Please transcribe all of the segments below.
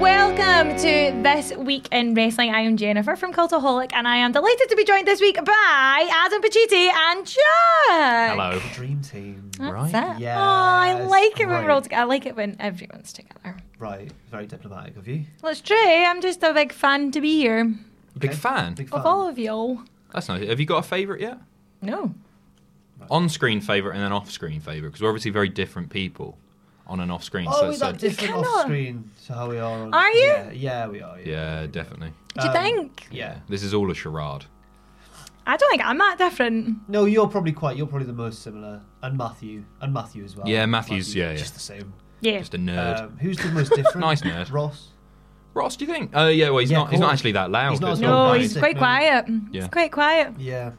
Welcome to This Week in Wrestling. I am Jennifer from Cultaholic, and I am delighted to be joined this week by Adam Pacitti and Jack. Hello. Dream team, That's right? it. Yeah. Oh, I like it when we're all right. together. I like it when everyone's together. Right, very diplomatic of you. Well, it's true. I'm just a big fan to be here Big Okay. fan. Big fan. of all of y'all. That's nice. Have you got a favourite yet? No. On screen favourite and then off screen favourite? Because we're obviously very different people on and off Oh, screen. Are so, we so- that different cannot- off screen to how we are on Are you? Yeah, yeah we are. Yeah. yeah, definitely. Do you Um, think? Yeah. This is all a charade. I don't think I'm that different. No, you're probably quite, you're probably the most similar. And Matthew. And Matthew as well. Yeah, Matthew's- yeah, yeah. Just the same. Yeah. Just a nerd. Uh, Um, who's the most different? Nice nerd. Ross. Ross, do you think? Oh, yeah, well, he's Yeah, not He's not cool. actually that loud. He's not as as well. No, Well, he's basic, quite maybe. quiet. Yeah. He's quite quiet. Yeah.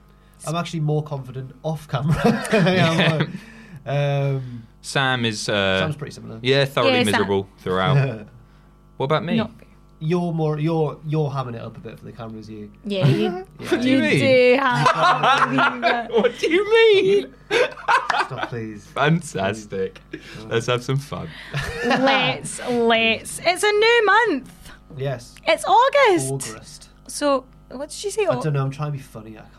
I'm actually more confident off camera. than I am on. um, Sam is. Uh, Sam's pretty similar. yeah, thoroughly Yeah, Sam. miserable throughout. what about me? Not- You're more, you're, you're hamming it up a bit for the cameras, you. Yeah, you, What do you mean? do have a What do you mean? Stop, please. Fantastic. Let's have some fun. Let's, let's. It's a new month. Yes. It's August. August. So, what did you say? I don't know, I'm trying to be funny. I can't.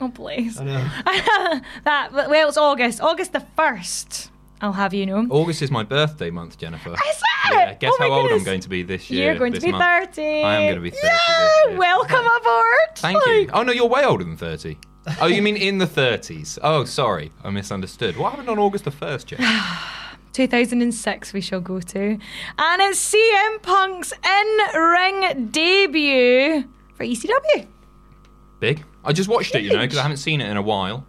Oh, please. I know. that, well, it's August. August the 1st, I'll have you know. August is my birthday month, Jennifer. Is it? Oh. Yeah, guess Oh my how old I'm goodness. going to be this year. You're going to this be month. 30. I am going to be 30 this Yeah, year. welcome aboard. Thank you. Like, Oh no, you're way older than thirty. Oh, you mean in the thirties? Oh, sorry, I misunderstood. What happened on August the first, Jeff? 2006, we shall go to. And it's CM Punk's in ring debut for E ECW. Big. I just watched it, you know, because I haven't seen it in a while.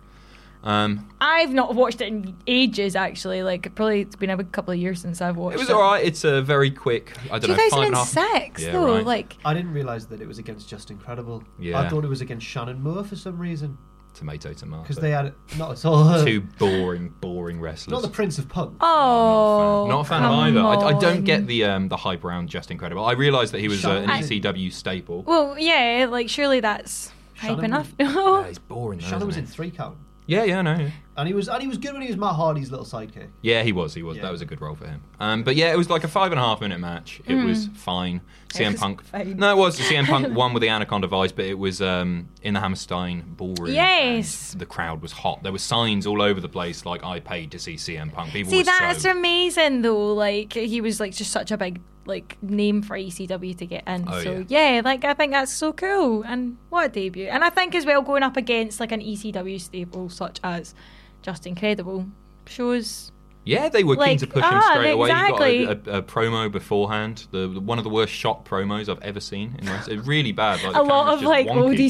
Um, I've not watched it in ages, actually. Like, probably it's been a good couple of years since I've watched it it. was alright. It's a very quick. I don't know. Five and a half. 2006, Yeah, though. right. Like, I didn't realise that it was against Just Incredible. Yeah. I thought it was against Shannon Moore for some reason. Tomato, tomato. Because they had not at all two boring, boring wrestlers. not the Prince of Punk. oh. Not a fan come of either. I, I on. don't get the um, the hype around Just Incredible. I realised that he was uh, an Shannon- ECW staple. Well, yeah, like surely that's hype Shannon- enough. No, Yeah, he's boring. Though, Shannon was in isn't three count. he? Yeah, yeah, no. yeah. And he was and he was good when he was Matt Hardy's little sidekick. Yeah, he was. He was. Yeah. That was a good role for him. Um, but yeah, it was like a five and a half minute match. It was fine. CM Hmm. was Punk. fine. No, it was. CM Punk won with the Anaconda Vice, but it was um, in the Hammerstein Ballroom. Yes. and The crowd was hot. There were signs all over the place, like "I paid to see CM Punk." People see were that's so. amazing though. Like he was like just such a big like name for ECW to get in. Oh, so yeah. like I think that's so cool and what a debut. And I think as well going up against like an ECW staple such as Just Incredible shows. yeah, they were keen like, to push him ah, straight away. He got exactly. a, a, a promo beforehand. The, the- one of the worst shot promos I've ever seen. In wrestling. It's really bad. Like, A the lot camera's of just like old wonky.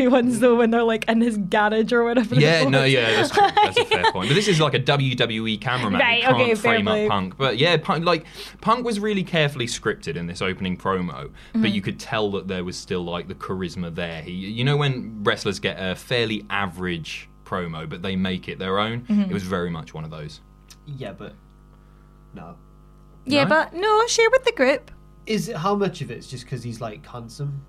ECW ones though, when they're like in his garage or whatever. it Yeah, was. no, yeah, that's, true. that's a fair point. But this is like a WWE cameraman. Right, Right, can't okay, fair frame play. up Punk. But yeah, Punk, like Punk was really carefully scripted in this opening promo, Mm-hmm. but you could tell that there was still like the charisma there. He, you know, when wrestlers get a fairly average promo, but they make it their own. Mm-hmm. It was very much one of those. Yeah, but no. yeah, No? but no, share with the group. Is it how much of it's just because he's like handsome?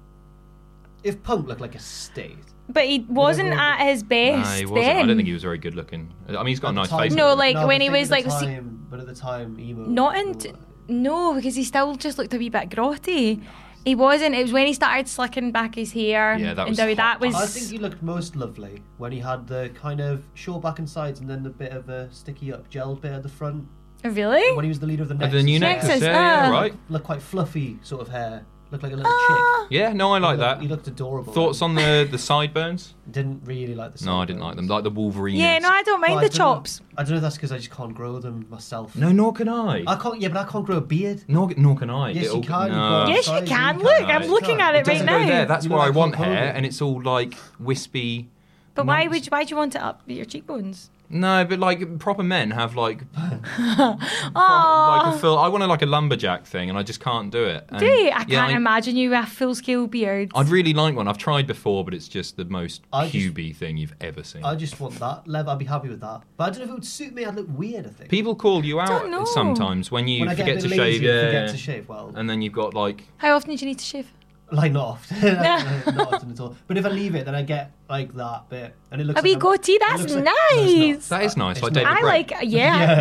if Punk looked like a state, But he wasn't Whatever. at his Nah, best he wasn't. then. I don't think he was very good looking. I mean, he's got a nice At the face. time- No, like, but when he I think was, at like, the the se- time, but at the time emo. Not in. No, because he still just looked a wee bit grotty. He wasn't. It was when he started slicking back his hair. Yeah, that and was how hot that punk. was. I think he looked most lovely when he had the kind of short back and sides, and then the bit of a sticky up gelled bit at the front. Oh, really? When he was the leader of the Of Nexus, the new yeah. Nexus, Nexus, yeah, yeah, ah. right. looked quite fluffy sort of hair, looked like a little Ah. chick. Yeah, no, I like He that. looked- He looked adorable. Thoughts on the the sideburns? Didn't really like the. No, I didn't like them. sideburns. Like the Wolverine. yeah, no, I don't mind Well, I the don't know- chops. I don't know if that's because I just can't grow them myself. no, nor can I. I can't. Yeah, but I can't grow a beard. Nor, nor can I. Yes, It'll- you no. can. You've got Yes, you sides, can. Look, I'm You looking can't. at it It It doesn't doesn't right go now. there. That's You why look I like want Hulk Hogan. hair, and it's all like wispy. But why nice. would you, why do you want it up your cheekbones? Mm. No, but like proper men have like like Oh, a full. I want to like a lumberjack thing, and I just can't do it. And- do you? I can't yeah, imagine you with a full scale beard. I'd really like one. I've tried before, but it's just the most I just- puby thing you've ever seen. I just want that level. I'd be happy with that. But I don't know if it would suit me. I'd look weird. I think. People call you Don't know. out sometimes when you when I get forget a to bit shave. lazy and forget yeah. to shave. Well, And then you've got like How often do you need to shave? like not often. not often at all. But if I leave it, then I get like that bit, and it looks. A wee like goatee, it that's looks like- no, nice. it's not. that is nice, It's like not. David I Brent. like, yeah.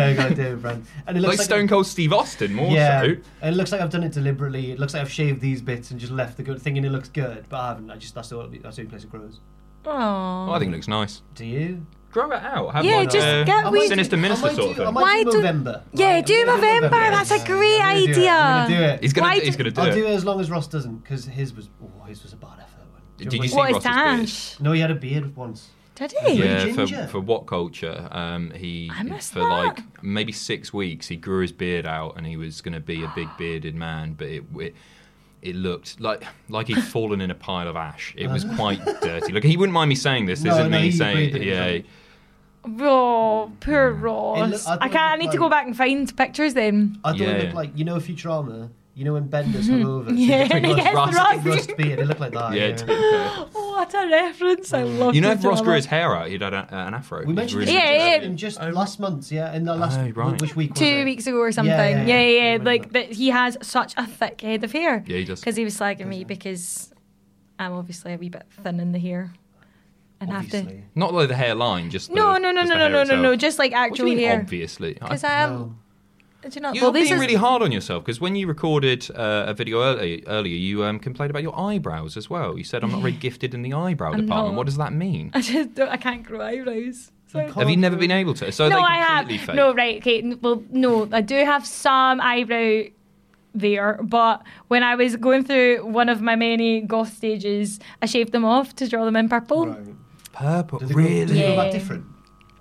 Yeah, got David Brent. And it looks like, like, Stone Cold Steve Austin more Yeah, so. it looks like I've done it deliberately. It looks like I've shaved these bits and just left the good, thinking it looks good, but I haven't. I just that's the only, that's the only place it grows. Aw. Well, Oh, I think it looks nice. Do you? Grow it out. Have Yeah, like just a get weird. Uh, sinister minister I might sort of do, I thing. might Why do do- November. Yeah, Right, do I'm gonna November, that's a Yeah, great I'm gonna do it, I'm gonna do it. He's gonna. Why do- do- He's gonna do I'll it. do it as long as Ross doesn't, because his was oh, his was a bad effort. Did Do you remember- see What is Ross's beard? Dash? No, he had a beard once. Did he? Yeah. Yeah, for, ginger. for what culture? Um, he I missed for that. like maybe six weeks he grew his beard out and he was going to be a big bearded man, but it. it it looked like like he'd fallen in a pile of ash. It was quite dirty. Look, he wouldn't mind me saying this. This No, isn't no, me he saying agreed that he yeah. drank. Oh, poor It Ross. look- I thought I it can't. I looked need to like- go back and find pictures then. I thought Yeah, it yeah. looked like you know Futurama. You know when Bender's hungover, so Mm-hmm. Yeah, he he just gets took Ross, Ross. Ross beard. It looked like that. yeah, Yeah, to be fair. Oh, What a reference! Oh. I love. You know, if Futurama. Ross grew his hair out, he'd had a, an afro. we mentioned He'd this Yeah, yeah. in just last month. Yeah, in the last Oh, right. which week? was two it? weeks ago or something. yeah, Yeah, yeah, yeah. yeah, Remember. like that. He has such a thick head of hair. Yeah, he does. Because he was slagging me because I'm obviously a wee bit thin in the hair, and have to. Obviously. Not like the hairline, just No, the, no, no, just no, the no, hair no, no, no. itself. Just like What do actual you mean, hair. obviously? I- Because I am. No. Do you not? You're well, these being are really hard on yourself because when you recorded uh, a video early, earlier, you um, complained about your eyebrows as well. You said, "I'm not very gifted in the eyebrow I'm not. department." What does that mean? I just don't, I can't grow eyebrows. So. can't Have you never been able to? So no, they I have. completely Fake. No, right, okay. n- Well, no, I do have some eyebrow there, but when I was going through one of my many goth stages, I shaved them off to draw them in purple. Right. purple. Did they grow- did Really? they grow back Yeah. different?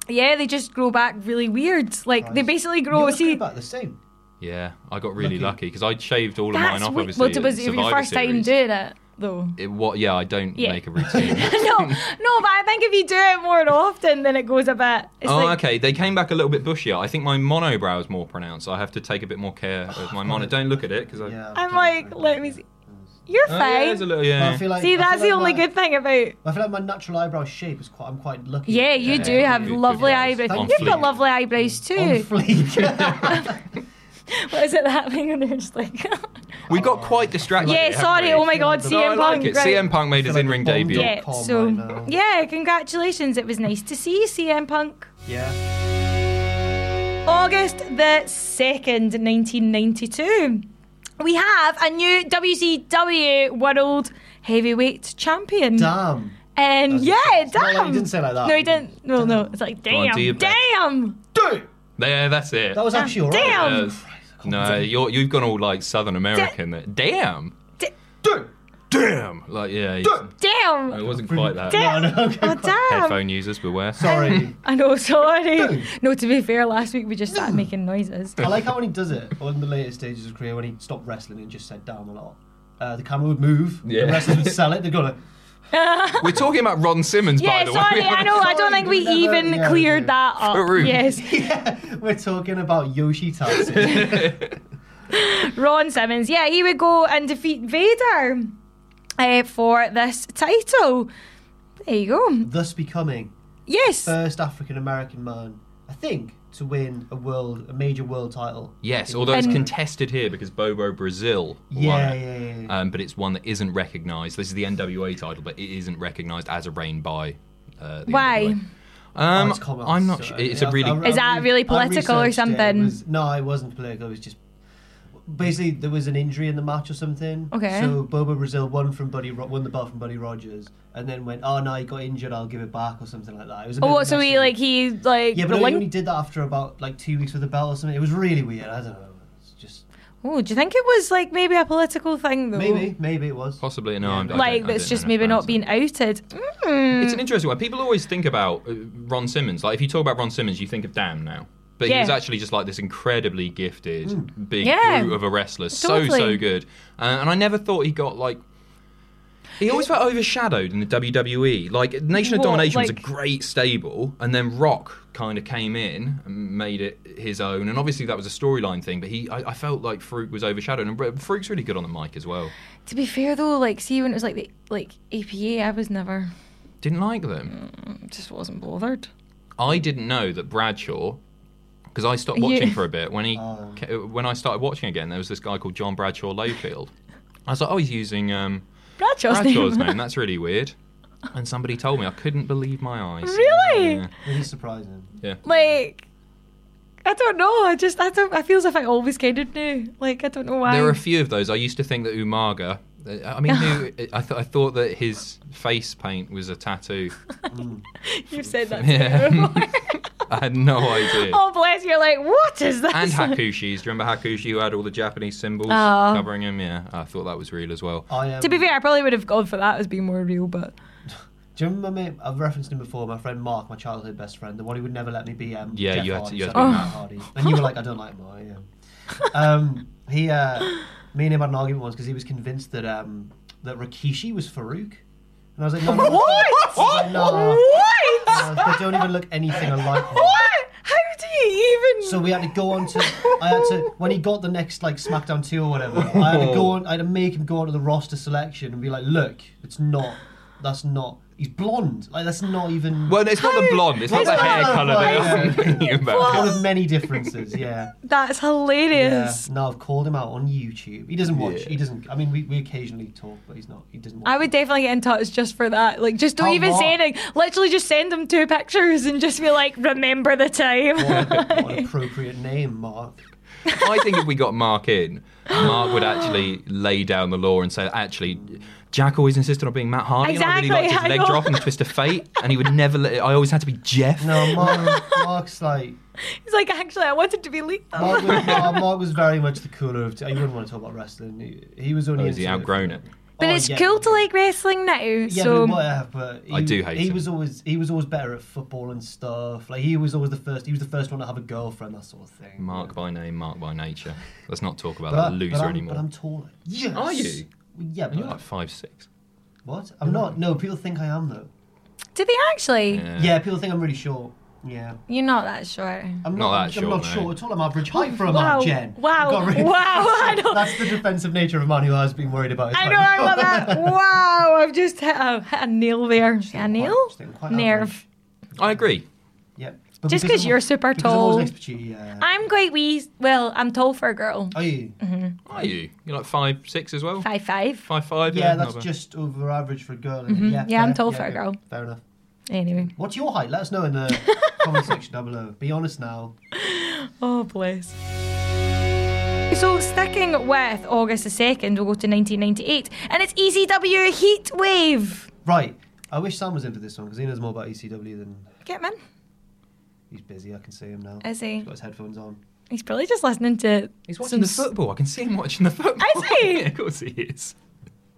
Yeah, they just grow back really weird. Like they Christ. basically You grow. were See, about the same. Yeah, I got really lucky Lucky. because I shaved all of mine that's off. weird. Obviously, Well, it at was your Survivor first time Series. doing it, though. It, what? Yeah, I don't Yeah. make a routine. no, no, but I think if you do it more often, then it goes a bit. It's oh, like, okay. They came back a little bit bushier. I think my monobrow is more pronounced. I have to take a bit more care of my mono. Don't look at it because I. Yeah, I'm don't like, know. let me see. You're Oh, yeah, fine. there's a little. But I Yeah. feel like, see, I feel that's the like only my- good thing about I feel like my natural eyebrow shape is quite. I'm quite lucky. Yeah, you Yeah, do yeah, have good, good lovely eyes. eyebrows. Thank You've you. got lovely eyebrows On too. fleek. What is it that thing on there? Just like We got quite distracted. Yeah, haven't sorry, we? oh my God, No, I CM like Punk, it. right. CM Punk made his I feel like in-ring a bomb debut. drop. yeah. Paul So Mino. yeah, congratulations. It was nice to see you, CM Punk. yeah. August the second, nineteen ninety-two. We have a new WCW World Heavyweight Champion. Damn. And yeah, That's- no, damn. like, you didn't say like that. No, he didn't. No, no. It's like on, damn, do your best. damn. Dude, There, that's it. that was actually alright. Damn. Uh, no, you're, you've gone all like Southern American. there. Damn, Dude. damn. Like yeah, it's- Damn. it wasn't quite that. No, no, Oh, okay. damn. Headphone users beware. Sorry. I know, sorry. no, to be fair, last week we just started making noises. I like how when he does it on the later stages of career when he stopped wrestling and just said down a lot. Uh, the camera would move. Yeah. The wrestlers would sell it. They'd go like, We're talking about Ron Simmons, Yeah, by the sorry, way. I know. I don't think we Sorry, we even never- cleared yeah, that up. True. Yes. "We're talking about Yoshi Tatsu." Ron Simmons. Yeah, he would go and defeat Vader uh, for this title. There you go. thus becoming Yes. Uh, first African American man, I think, to win a world, a major world title. Yes, although it's And- contested here because Bobo Brazil won Yeah, it. yeah, yeah, Um, but it's one that isn't recognised. This is the NWA title, but it isn't recognised as arraigned by. Uh, the Why? NWA. Um, Oh, it's commerce, I'm not so, sure. It's yeah, a really. I- I- Is that really I political or researched it. It something? was- no, it wasn't political. It was just basically there was an injury in the match or something. Okay. So Bobo Brazil won from Buddy Ro- won the belt from Buddy Rogers, and then went, "Oh no, he got injured. I'll give it back" or something like that. It was. A bit Oh, what, so messy. he like he like Yeah, the but he only one. did that after about like two weeks with the belt or something. It was really weird. I don't know. It's just Oh, do you think it was like maybe a political thing though? maybe, maybe it was. Possibly, no. I'm, I don't- I Like don't that's know just enough maybe about not it. being outed. Mm. It's an interesting one. People always think about uh, Ron Simmons. Like, if you talk about Ron Simmons, you think of Damn now. But he was Yeah. actually just like this incredibly gifted, big Yeah. brute of a wrestler. So, so Totally. good. Uh, and I never thought he got like. He always felt overshadowed in the WWE. Like, Nation of Well, Domination was a like- great stable, and then Rock kind of came in and made it his own. And obviously, that was a storyline thing, but he, I, I felt like Fruit was overshadowed. And Br- Fruit's really good on the mic as well. To be fair though, like see when it was like the like APA, I was never Didn't like them. just wasn't bothered. I didn't know that Bradshaw, because I stopped watching You- for a bit when he ca- when I started watching again. There was this guy called John Bradshaw Layfield. I was like, oh, he's using um, Bradshaw's, Bradshaw's name. name. That's really weird. And somebody told me. I couldn't believe my eyes. Really? Yeah. It is surprising. Like I don't know. I just I don't. I feel as if I always kind of knew. Like I don't know why. There are a few of those. I used to think that Umaga. uh, I mean, who, I, th- I thought that his face paint was a tattoo. You've said that. Yeah. To me before. I had no idea. oh bless you. Like what is that? And Hakushi's. Do you remember Hakushi who had all the Japanese symbols Oh. covering him? Yeah, I thought that was real as well. I um, To be fair, I probably would have gone for that as being more real, but Do you remember my mate? I've referenced him before. My friend Mark, my childhood best friend, the one who would never let me be. Um, Yeah, Jeff you had to- Hardy, you had so to I be named him Hardy. And you were like, I don't like Mark. Yeah. Um, he, uh, me and him had an argument once because he was convinced that um, that Rikishi was Farouk, and I was like, No, no, what? Like, nah. What? no, they don't even look anything alike. Mark. What? How do you even? So we had to go on to. I had to when he got the next like SmackDown two or whatever. I had to go on. I had to make him go onto the roster selection and be like, look, it's not. That's not. He's blonde. Like that's not even. Well, it's not the blonde. It's not It's the not hair the colour they are blonde, thinking one about. of many differences. Yeah. That's hilarious. Yeah. No, I've called him out on YouTube. He doesn't watch. He doesn't. I mean, we, we occasionally talk, but he's not. He doesn't. Watch I would definitely get in touch just for that. Like, just don't How even say long? anything. Literally, just send them two pictures and just be like, "Remember the time." What, a- what an appropriate name, Mark. I think if we got Mark in, Mark would actually lay down the law and say, actually, Jack always insisted on being Matt Hardy, and I really Exactly, liked his I leg know. drop and the twist of fate, and he would never let. I always had to be Jeff. No, Mark. Mark's like. He's like, "Actually, I wanted to be lethal." Mark was, Mark, Mark was very much the cooler of. T- you wouldn't want to talk about wrestling. He, he was only. Oh, has he into- outgrown it? But Oh, it's yeah. cool to like wrestling now. Yeah, so but whatever. But he, I do hate He him. was always he was always better at football and stuff. Like he was always the first. He was the first one to have a girlfriend, that sort of thing. Mark by name, Mark by nature. Let's not talk about But I- that but loser I'm- anymore. But I'm taller. Yes. Are you? Yeah, but You're like five six. what? I'm not. No, people think I am though. do they actually? Yeah. Yeah, people think I'm really short. Yeah, You're not that short. I'm Not not. that I'm, short, I'm not no. short at all. I'm average height for a wow! man, Jen. Wow! Got rid- Wow! I know. That's the defensive nature of a man who has been worried about. His I height know. I before. love that. Wow! I've just hit a, hit a nail there. A nail? just getting quite Nerve. average. I agree. Yeah. But Just because 'cause I'm- you're super because I'm always tall. next to you, yeah. I'm quite wee. Well, I'm tall for a girl. Are you? Mm-hmm. Are you? You're like five six as well. Five five. Five five. Yeah, not that's bad. just over average for a girl. isn't it? Yeah, Mm-hmm. Yeah, I'm fair. tall for a okay. girl. Fair enough. Anyway. What's your height? Let us know in the comment section down below. Be honest now. Oh, bless. So, sticking with August the 2nd, we'll go to 1998, and it's ECW Heat Wave. Right. I wish Sam was into this one because he knows more about ECW than Get him he's busy. I can see him now. in, is he? He's got his headphones on. He's probably just listening to. He's watching the some- football. I can see him watching the football. Is he? yeah, of course he is.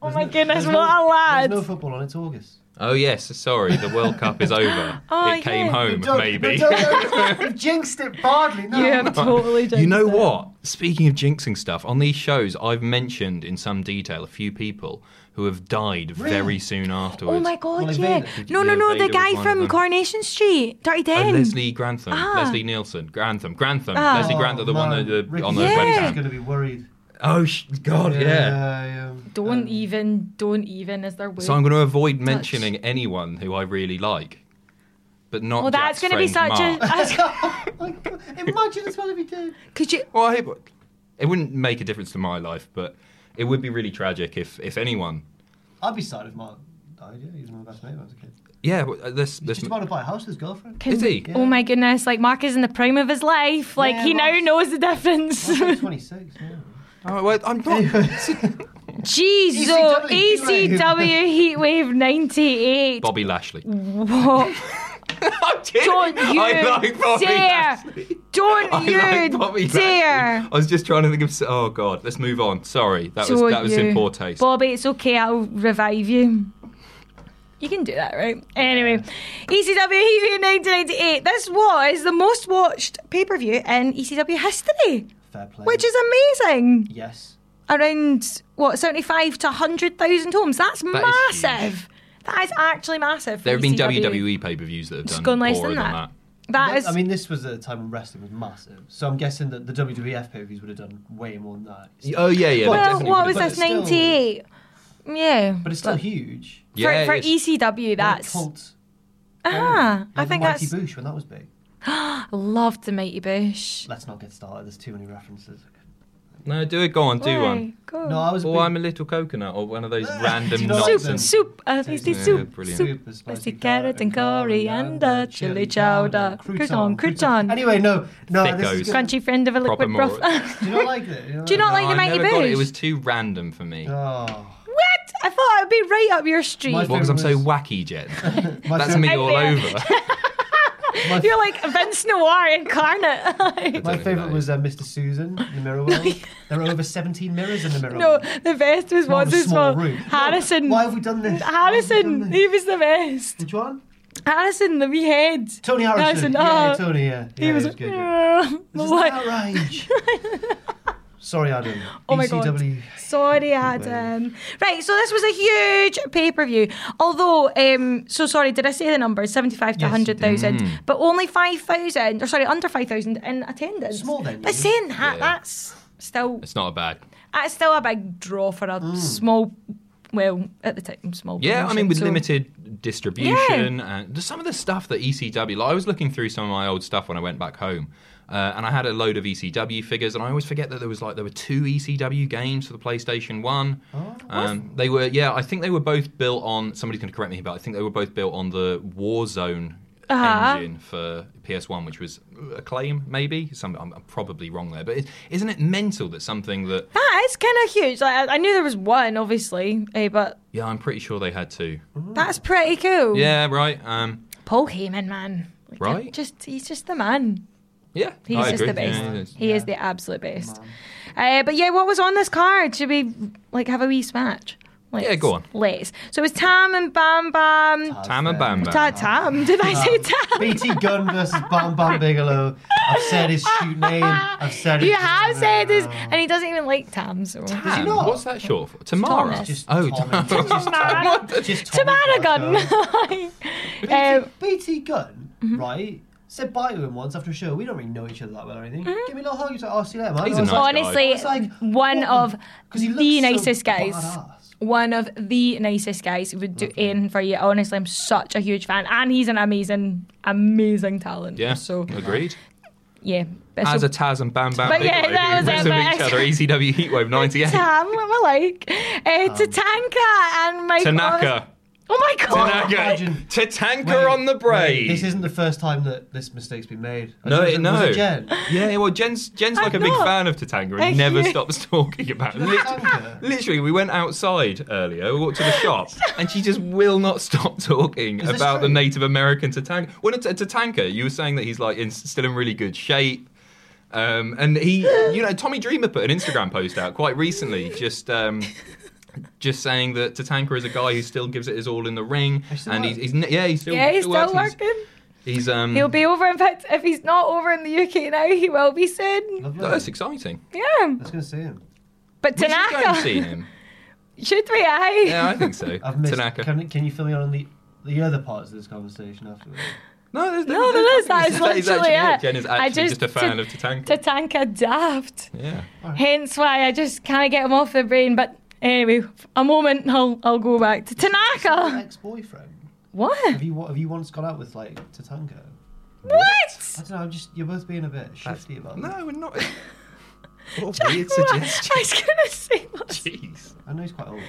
Oh my goodness, There's what a no- lad! There's no football on. It's August. Oh yes, sorry. The World Cup is over. Oh, it came yeah. home, Don't- maybe. don't- don't- You've jinxed it badly. No. you have totally You know jinxed it. what? Speaking of jinxing stuff, on these shows, I've mentioned in some detail a few people who have died very soon afterwards. Oh my god, Well, yeah. Vader did- No, no, yeah, no, the Vader was guy one of from them. Coronation Street, Dirty Oh, Den. Leslie Grantham, Ah. Leslie Nielsen, Grantham, Grantham, Leslie Oh. Grantham, the one man. on the, the Oh, Ricky on the Gervais Yeah. is webcam. going to be worried. Oh sh- God, yeah. yeah. um, Don't even, don't even, is there way? So I'm going to avoid mentioning anyone who I really like. but not. Well, that's going to be such Mark. a. Like, imagine as well if he did. Could you? Well, I, it wouldn't make a difference to my life, but it would be really tragic if if anyone. I'd be sad if Mark died. Yeah, he was my best mate when I was a kid. Yeah, well, uh, this He's this. just about to buy a house with his girlfriend. Is he? Yeah. Oh my goodness! Like Mark is in the prime of his life. Like Yeah, he now Mark's- knows the difference. He's 26. Yeah. Oh, well, I'm not. Jesus, ECW ECW E Heatwave '98. Bobby Lashley. What? I'm kidding. Don't you I like Bobby dare! Lashley. Don't I you like Bobby Lashley. dare! I was just trying to think of. s- Oh God, let's move on. Sorry, that was Don't that was you. in poor taste. Bobby, it's okay. I'll revive you. You can do that, right? Anyway, E ECW Heatwave 1998. This was the most watched pay per view in ECW history, Fair play. which is amazing. Yes. Around what 75 to 100,000 homes. That's is massive. that is actually massive. for there have been E. ECW. WWE pay per views that have done E gone less poorer than than that. that. That But, is. I mean, this was a time when wrestling was massive, so I'm guessing that the WWF pay views would have done way more than that. Oh yeah, yeah. Well, that well, definitely what would was have this? but it's still- 98. Yeah. But it's still huge. done- Yeah, for for yes. ECW, What a that's. cult. Ah, I Like think Mighty that's. Boosh when that was big. Loved the Mighty Bush. Let's not get started. There's too many references. No, do it. Go on, do one. Go. No, I was. a Or big- Oh, I'm a little coconut, or one of those Ah, do random you not like them? soup, soup, nonsense. a tasty Yeah, soup, brilliant. soup. Super Spicy spicy carrot and coriander, chili chowder, crouton, crouton. Anyway, no, no. This Thickos. is good. Crunchy friend of a Proper liquid broth. moron. Do you not like it? Do you not like the I Mighty never got it. It Bush? was too random for me. Oh, What? I thought it'd be right up your street. My- What? Because I'm so was- wacky, Jen. my That's favorite- me all Yeah. over. My, You're like Vince Noir incarnate. my don't know favorite that was uh, Mr. Susan, the mirror world. there are over 17 mirrors in the mirror no, world. the best was Not what's a his small name? room. No, Harrison. Why have we done this? Why have we done Harrison, this? he was the best. Which one? Harrison, the wee head. Tony Harrison, Harrison. yeah, oh. Tony, yeah. He Yeah, was. he was good. yeah. This is Like, outrage. Sorry, Adam. Oh my God. ECW. Sorry, Adam. Right, so this was a huge pay per view. Although, um, so sorry, did I say the number? 75 to Yes, you did. 100,000, Mm. but only 5,000, or sorry, under 5,000 in attendance. Small venue. But saying that, Yeah. that's still It's not a bad. that's still a big draw for a small, well, at the time, small. Mm. Yeah, I mean, promotion, with so- limited distribution and just some of the stuff that ECW. Like, I was looking through some of my old stuff when I went back home, uh, and I had a load of ECW figures, and I always forget that there was like there were two ECW games for the PlayStation One. um, they were, yeah, I think they were both built on. Somebody's going to correct me here, but I think they were both built on the Warzone. Uh-huh. Engine for PS1, which was Acclaim, maybe. Some, I'm, I'm probably wrong there, but is isn't it mental that something that That is kind of huge. Like, I, I knew there was one, obviously, eh, but yeah, I'm pretty sure they had two. that's pretty cool. Yeah, right. Um, Paul Heyman, man. Like, Right. Just he's just the man. yeah, He's I just agree. the best. Yeah, it's- He is the absolute best. Uh, but yeah, what was on this card? Should we like have a wee smash? Let's, Yeah, go on. Let's. So it was Tam and Bam Bam. Tam and Bam Bam. Ta- Tam. Did I say Tam? BT Gunn versus Bam Bam Bigelow. I've said his shoot name. I've said You his- have said this, and he doesn't even like Tam. So. Tam, not? Um, What's that short for? Tamara. It's just oh, Tom. Tam- It's just Tom. Tamara. Just Tom. Tamara Gun. That's all. Like, um, Mm-hmm. BT Gunn, right? Said bye to him once after a show. We don't really know each other that well or anything. Give me a little hug. He's like, oh, see you later, man. He's I a was nice- like, honestly, It's like, Mm-hmm. one what of 'cause he the looks so nicest guys. badass. One of the nicest guys who would do anything for you. Honestly, I'm such a huge fan, and he's an amazing, amazing talent. yeah, So agreed. yeah. As So- a Taz and Bam Bam But Bigelow yeah, that was who it, wrestled but- each other, E ECW Heatwave 98. Tam, what am I like? Uh, Tatanka and Mike. Oz- Um, Tanaka. Oh my god! Tanaka. Imagine. Wait, Tatanka on the wait, braid. This isn't the first time that this mistake's been made. I No, don't know if it- it was no. it Jen? Yeah, well, Jen's Jen's like I'm a big not. fan of Tatanka Thank and never you. stops talking about it. Tatanka? Lit- Literally, we went outside earlier, we walked to the shop, and she just will not stop talking this about the true? Native American Tatanka. When it's Tatanka, you were saying that he's like in, still in really good shape. Um, and he, you know, Tommy Dreamer put an Instagram post out quite recently, just um, just saying that Tatanka is a guy who still gives it his all in the ring, He still and he's, works. he's yeah, he's still Yeah, he's still works, working. He's, he's um, He'll be over. In fact, if he's not over in the UK now, he will be soon. Lovely. I oh, that's was exciting. Yeah. going to see him. But We should go and see Tanaka, him. should we? Aye. Yeah, I think so. I've missed. Tanaka. Can, can you fill me on the the other parts of this conversation afterwards? no, there's, No, there is. That is literally actually it. Jen is I actually just just, a fan did- of Tatanka. Tatanka daft. yeah. Hence why I just can't get him off the brain. But anyway, a moment, I'll I'll go back to Tanaka. Ex boyfriend. What? Have you have you once gone out with like Tatanko? I What? don't know. I'm just you're both being a bit shifty about it. No, we're not. What a weird suggestion. I was gonna say what? Jeez. I know he's quite old.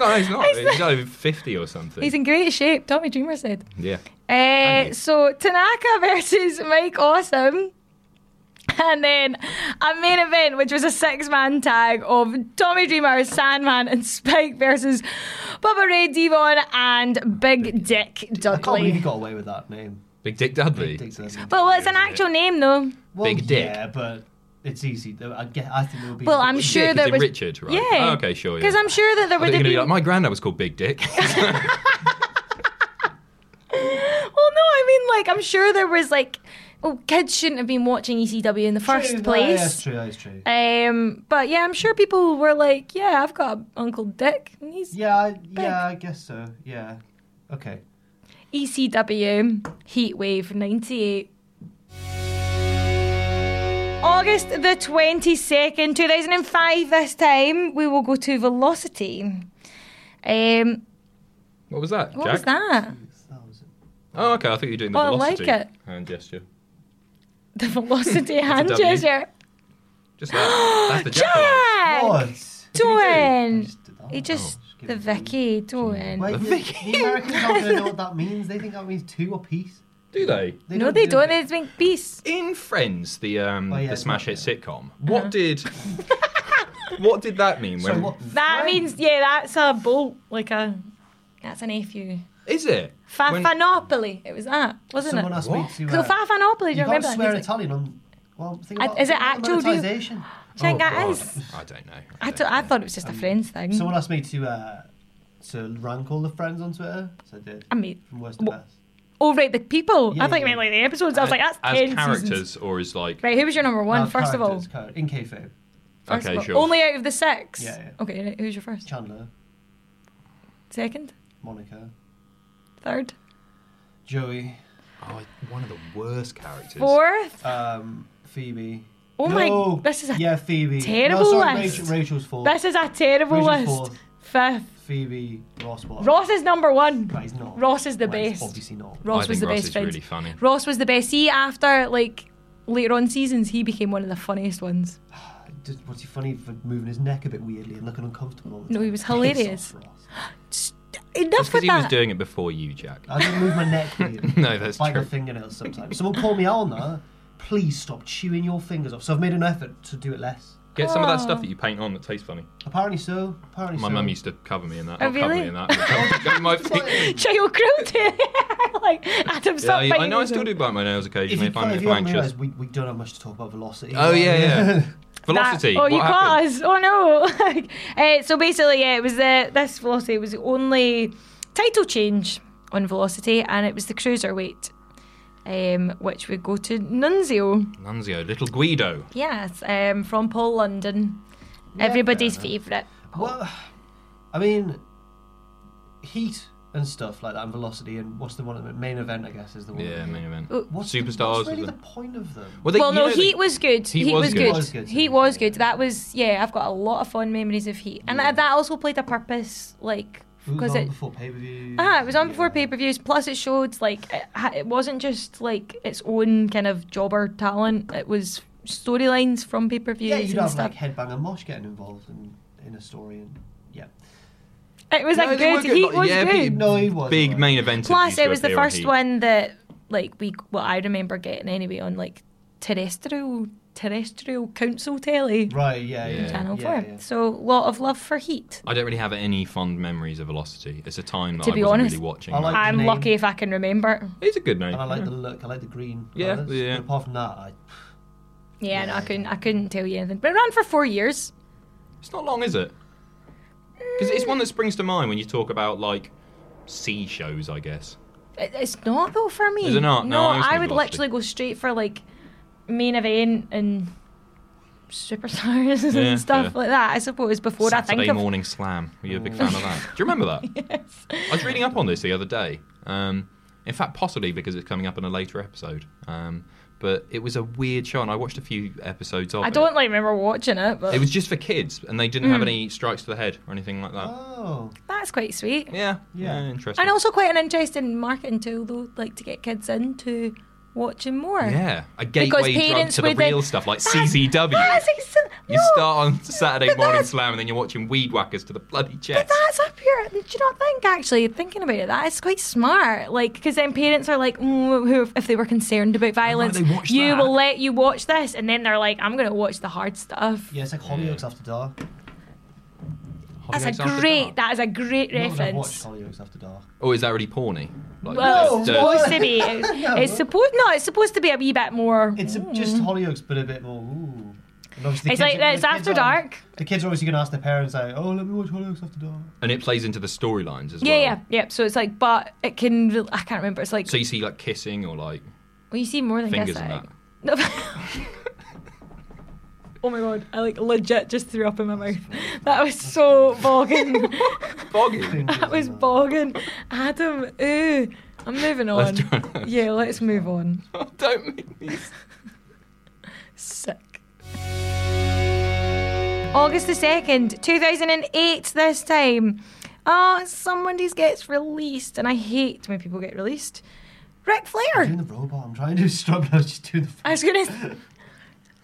No, he's not. He's over 50 or something. He's in great shape. Tommy Dreamer said. yeah. Uh, you. so Tanaka versus Mike Awesome. And then a main event, which was a six man tag of Tommy Dreamer, Sandman, and Spike versus Bubba Ray Devon and Big Dick I can't believe he Dudley. got away with that name. Big Dick Dudley. Dick Dudley. Well, it's an actual name though. Well, Big Dick. Yeah, but it's easy. though. I get. I think it'll be. Well, I'm Dick, sure as there in was Richard, right? Yeah. Oh, okay, sure. Because yeah. I'm sure that there I would think have you're gonna be been. like, my granddad was called Big Dick. well, no, I mean, like, I'm sure there was like, oh, kids shouldn't have been watching ECW in the True, first no, place. Yeah, it's true. That's true. Um, but yeah, I'm sure people were like, "Yeah, I've got Uncle Dick, and he's Yeah, I- yeah, I guess so. Yeah. Okay. ECW E Heatwave '98." August the 22nd, 2005, this time we will go to Velocity. Um, what was that, what Jack? was that? That was it. Oh, okay. I thought you were doing the Oh, I like velocity it. hand gesture. The Velocity hand W. gesture. Just that. That's the Jack. Jack! What? I Doing! just did that. He just, just give the it to Vicky, doing. Wait, the, the Americans aren't going to know what that means. They think that means two apiece. Do they? They No, they don't, it. it's been peace. In Friends, the um, Oh, yeah, the it's smash hit not- sitcom. Uh-huh. What did? what did that mean? So When what? That Right. means yeah, that's a bolt, like a that's an nephew. is it? When- Fafanopoly, it was that, wasn't Someone it? asked What? me to. So Uh, Fafanopoly, do you, you can't remember? that? swear He's like, Italian on. Well, think I- about, is it think about actual, do you- monetization. "Do you think Oh, that God. is?" I don't know. I, don't- I thought it was just a friends thing. Um, Someone asked me to uh, to rank all the friends on Twitter, so I did. I mean, From worst to Wha- best. oh right, the people. I Yeah, thought you yeah. meant like the episodes. I was like, that's as ten characters seasons. or as like Right, who was your number one? Uh, First of all, characters, char- in kayfabe, First okay, of all. sure. only out of the six. Yeah, yeah. Okay, right, who's your first? Chandler, Second, Monica, third, Joey, Oh, one of the worst characters. fourth. um, Phoebe. Oh No, my, this is a yeah, Phoebe. terrible no, sorry, list. Rachel, Rachel's fourth. this is a terrible Rachel's list. fourth. Fifth, Phoebe, Ross. What? Ross is number one. No, he's not. Ross is the Well, he's best. Obviously not. I Ross think was the Ross best is friend. really funny. Ross was the best. He after like later on seasons, he became one of the funniest ones. Just, was he funny for moving his neck a bit weirdly and looking uncomfortable? All the No, he time? was Piss hilarious. off, Ross. Enough Because with he that. was doing it before you, Jack. I don't move my neck weirdly. No, that's bite true. my fingernails sometimes. Someone call me out on that. Please stop chewing your fingers off. So I've made an effort to do it less. Get some of that stuff that you paint on that tastes funny. Apparently so. Apparently My so. mum used to cover me in that. Oh, not cover really? me in that. but cover my feet. Child cruelty. like Adam, Yeah, stop I, I biting know I us. still do bite my nails If occasionally you, if, I'm, if if you I'm haven't anxious. realised, we, we don't have much to talk about velocity. Oh yeah, yeah. Velocity. That- oh, what you happened? caught us. Oh no. uh, so basically, yeah, it was the this velocity was the only title change on velocity, and it was the cruiserweight. Um, which would go to Nunzio. Nunzio, little Guido. Yes, um, from Paul London. Everybody's Uh-huh. favourite. Well, I mean, heat and stuff like that, and velocity, and what's the one the main event? I guess is the one. Yeah, main event. Oh. What's The, Superstars. what's really is the the- point of them? Well, they- well, you no, know, Heat they- was good. Heat Heat, was was, good. good. Was good, Heat yeah. was good. That was yeah. I've got a lot of fond memories of Heat, and that also played a purpose, like It was because on it. before pay per view. Ah, it was on before pay per views. Plus, it showed like it, ha- it wasn't just like its own kind of jobber talent. It was storylines from pay per Yeah, views you'd and have stuff. like headbanger mosh getting involved in, in a story, and yeah. it was No, a they were good. Heat like, was yeah, good. big- No, he wasn't. Big main event. Plus, it was the first one that like we well I remember getting anyway on like terrestrial terrestrial council telly Right, yeah, yeah. Yeah. channel yeah, four. yeah. So lot of love for Heat. I don't really have any fond memories of Velocity. It's a time that To I be wasn't honest, really watching. I like- I'm name. lucky if I can remember. It's a good name. And I like the look. I like the green. Yeah, colours. yeah. But apart from that, I, Yeah, no, I couldn't. I couldn't tell you anything. But it ran for four years. It's not long, is it? Because it's one that springs to mind when you talk about like sea shows, I guess. It, it's not though for me. Is it not? No, No, I was I thinking would Velocity. literally go straight for like main event and superstars Yeah, and stuff yeah. like that. I suppose before I Saturday think of morning slam. Were you a big fan of that? Do you remember that? I was reading up on this the other day. Um, in fact, possibly because it's coming up in a later episode. Um, But it was a weird show, and I watched a few episodes of it. I don't Hmm. like remember watching it, but It was just for kids, and they didn't have any strikes to the head or anything like that. Oh, that's quite sweet. yeah, yeah, Yeah. interesting. And also quite an interesting marketing tool, though, like to get kids into watching more. yeah, a gateway drug parents to the would then- real stuff like That's- CCW. That's ex- you no, start on Saturday but morning that's- slam, and then you're watching Weed Whackers to the bloody But chest. that's a pure. Do you not think actually thinking about it? That is quite smart. Like because then parents are like, mm, who if they were concerned about violence, they watch you that? will let you watch this, and then they're like, I'm going to watch the hard stuff. yeah, it's like Hollyoaks After Dark. Hollyoaks That's a After great. Dark. That is a great Not that I've reference. watched Hollyoaks After Dark. Oh, is that really porny? Like, uh, Well, it's there's dirt- supposed to be. It's, it's supposed no. It's supposed to be a wee bit more. mm. It's a, just Hollyoaks, but a bit more. Ooh. And obviously the It's like kids are- it's the kids after are- dark. The kids are obviously going to ask their parents, like, "Oh, let me watch Hollyoaks After Dark." and it plays into the storylines as Yeah, well. yeah, yeah. So it's like, but it can. re- I can't remember. It's like So you see like kissing or like well, you see more than fingers this. and that. No. oh my god! I like legit just threw up in my mouth. That was so bogging. Bogging. that was bogging. Adam, ooh. I'm moving on. Let's try- Yeah, let's move on. Oh, Don't make me. Sick. August the 2nd, 2008, this time. Ah, somebody's gets released, and I hate when people get released. Ric I'm Flair! doing the robot. I'm trying to struggle. I was just doing the. I was gonna. It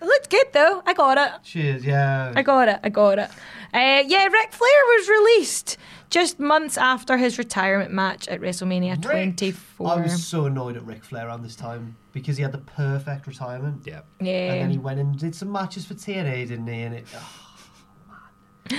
looked good though. I got it. Cheers. Yeah. I got it. I got it. Uh, yeah, Ric Flair was released just months after his retirement match at WrestleMania Ric- 24. I was so annoyed at Ric Flair around this time because he had the perfect retirement. Yeah. And yeah. then he went and did some matches for TNA, didn't he? And it, ugh.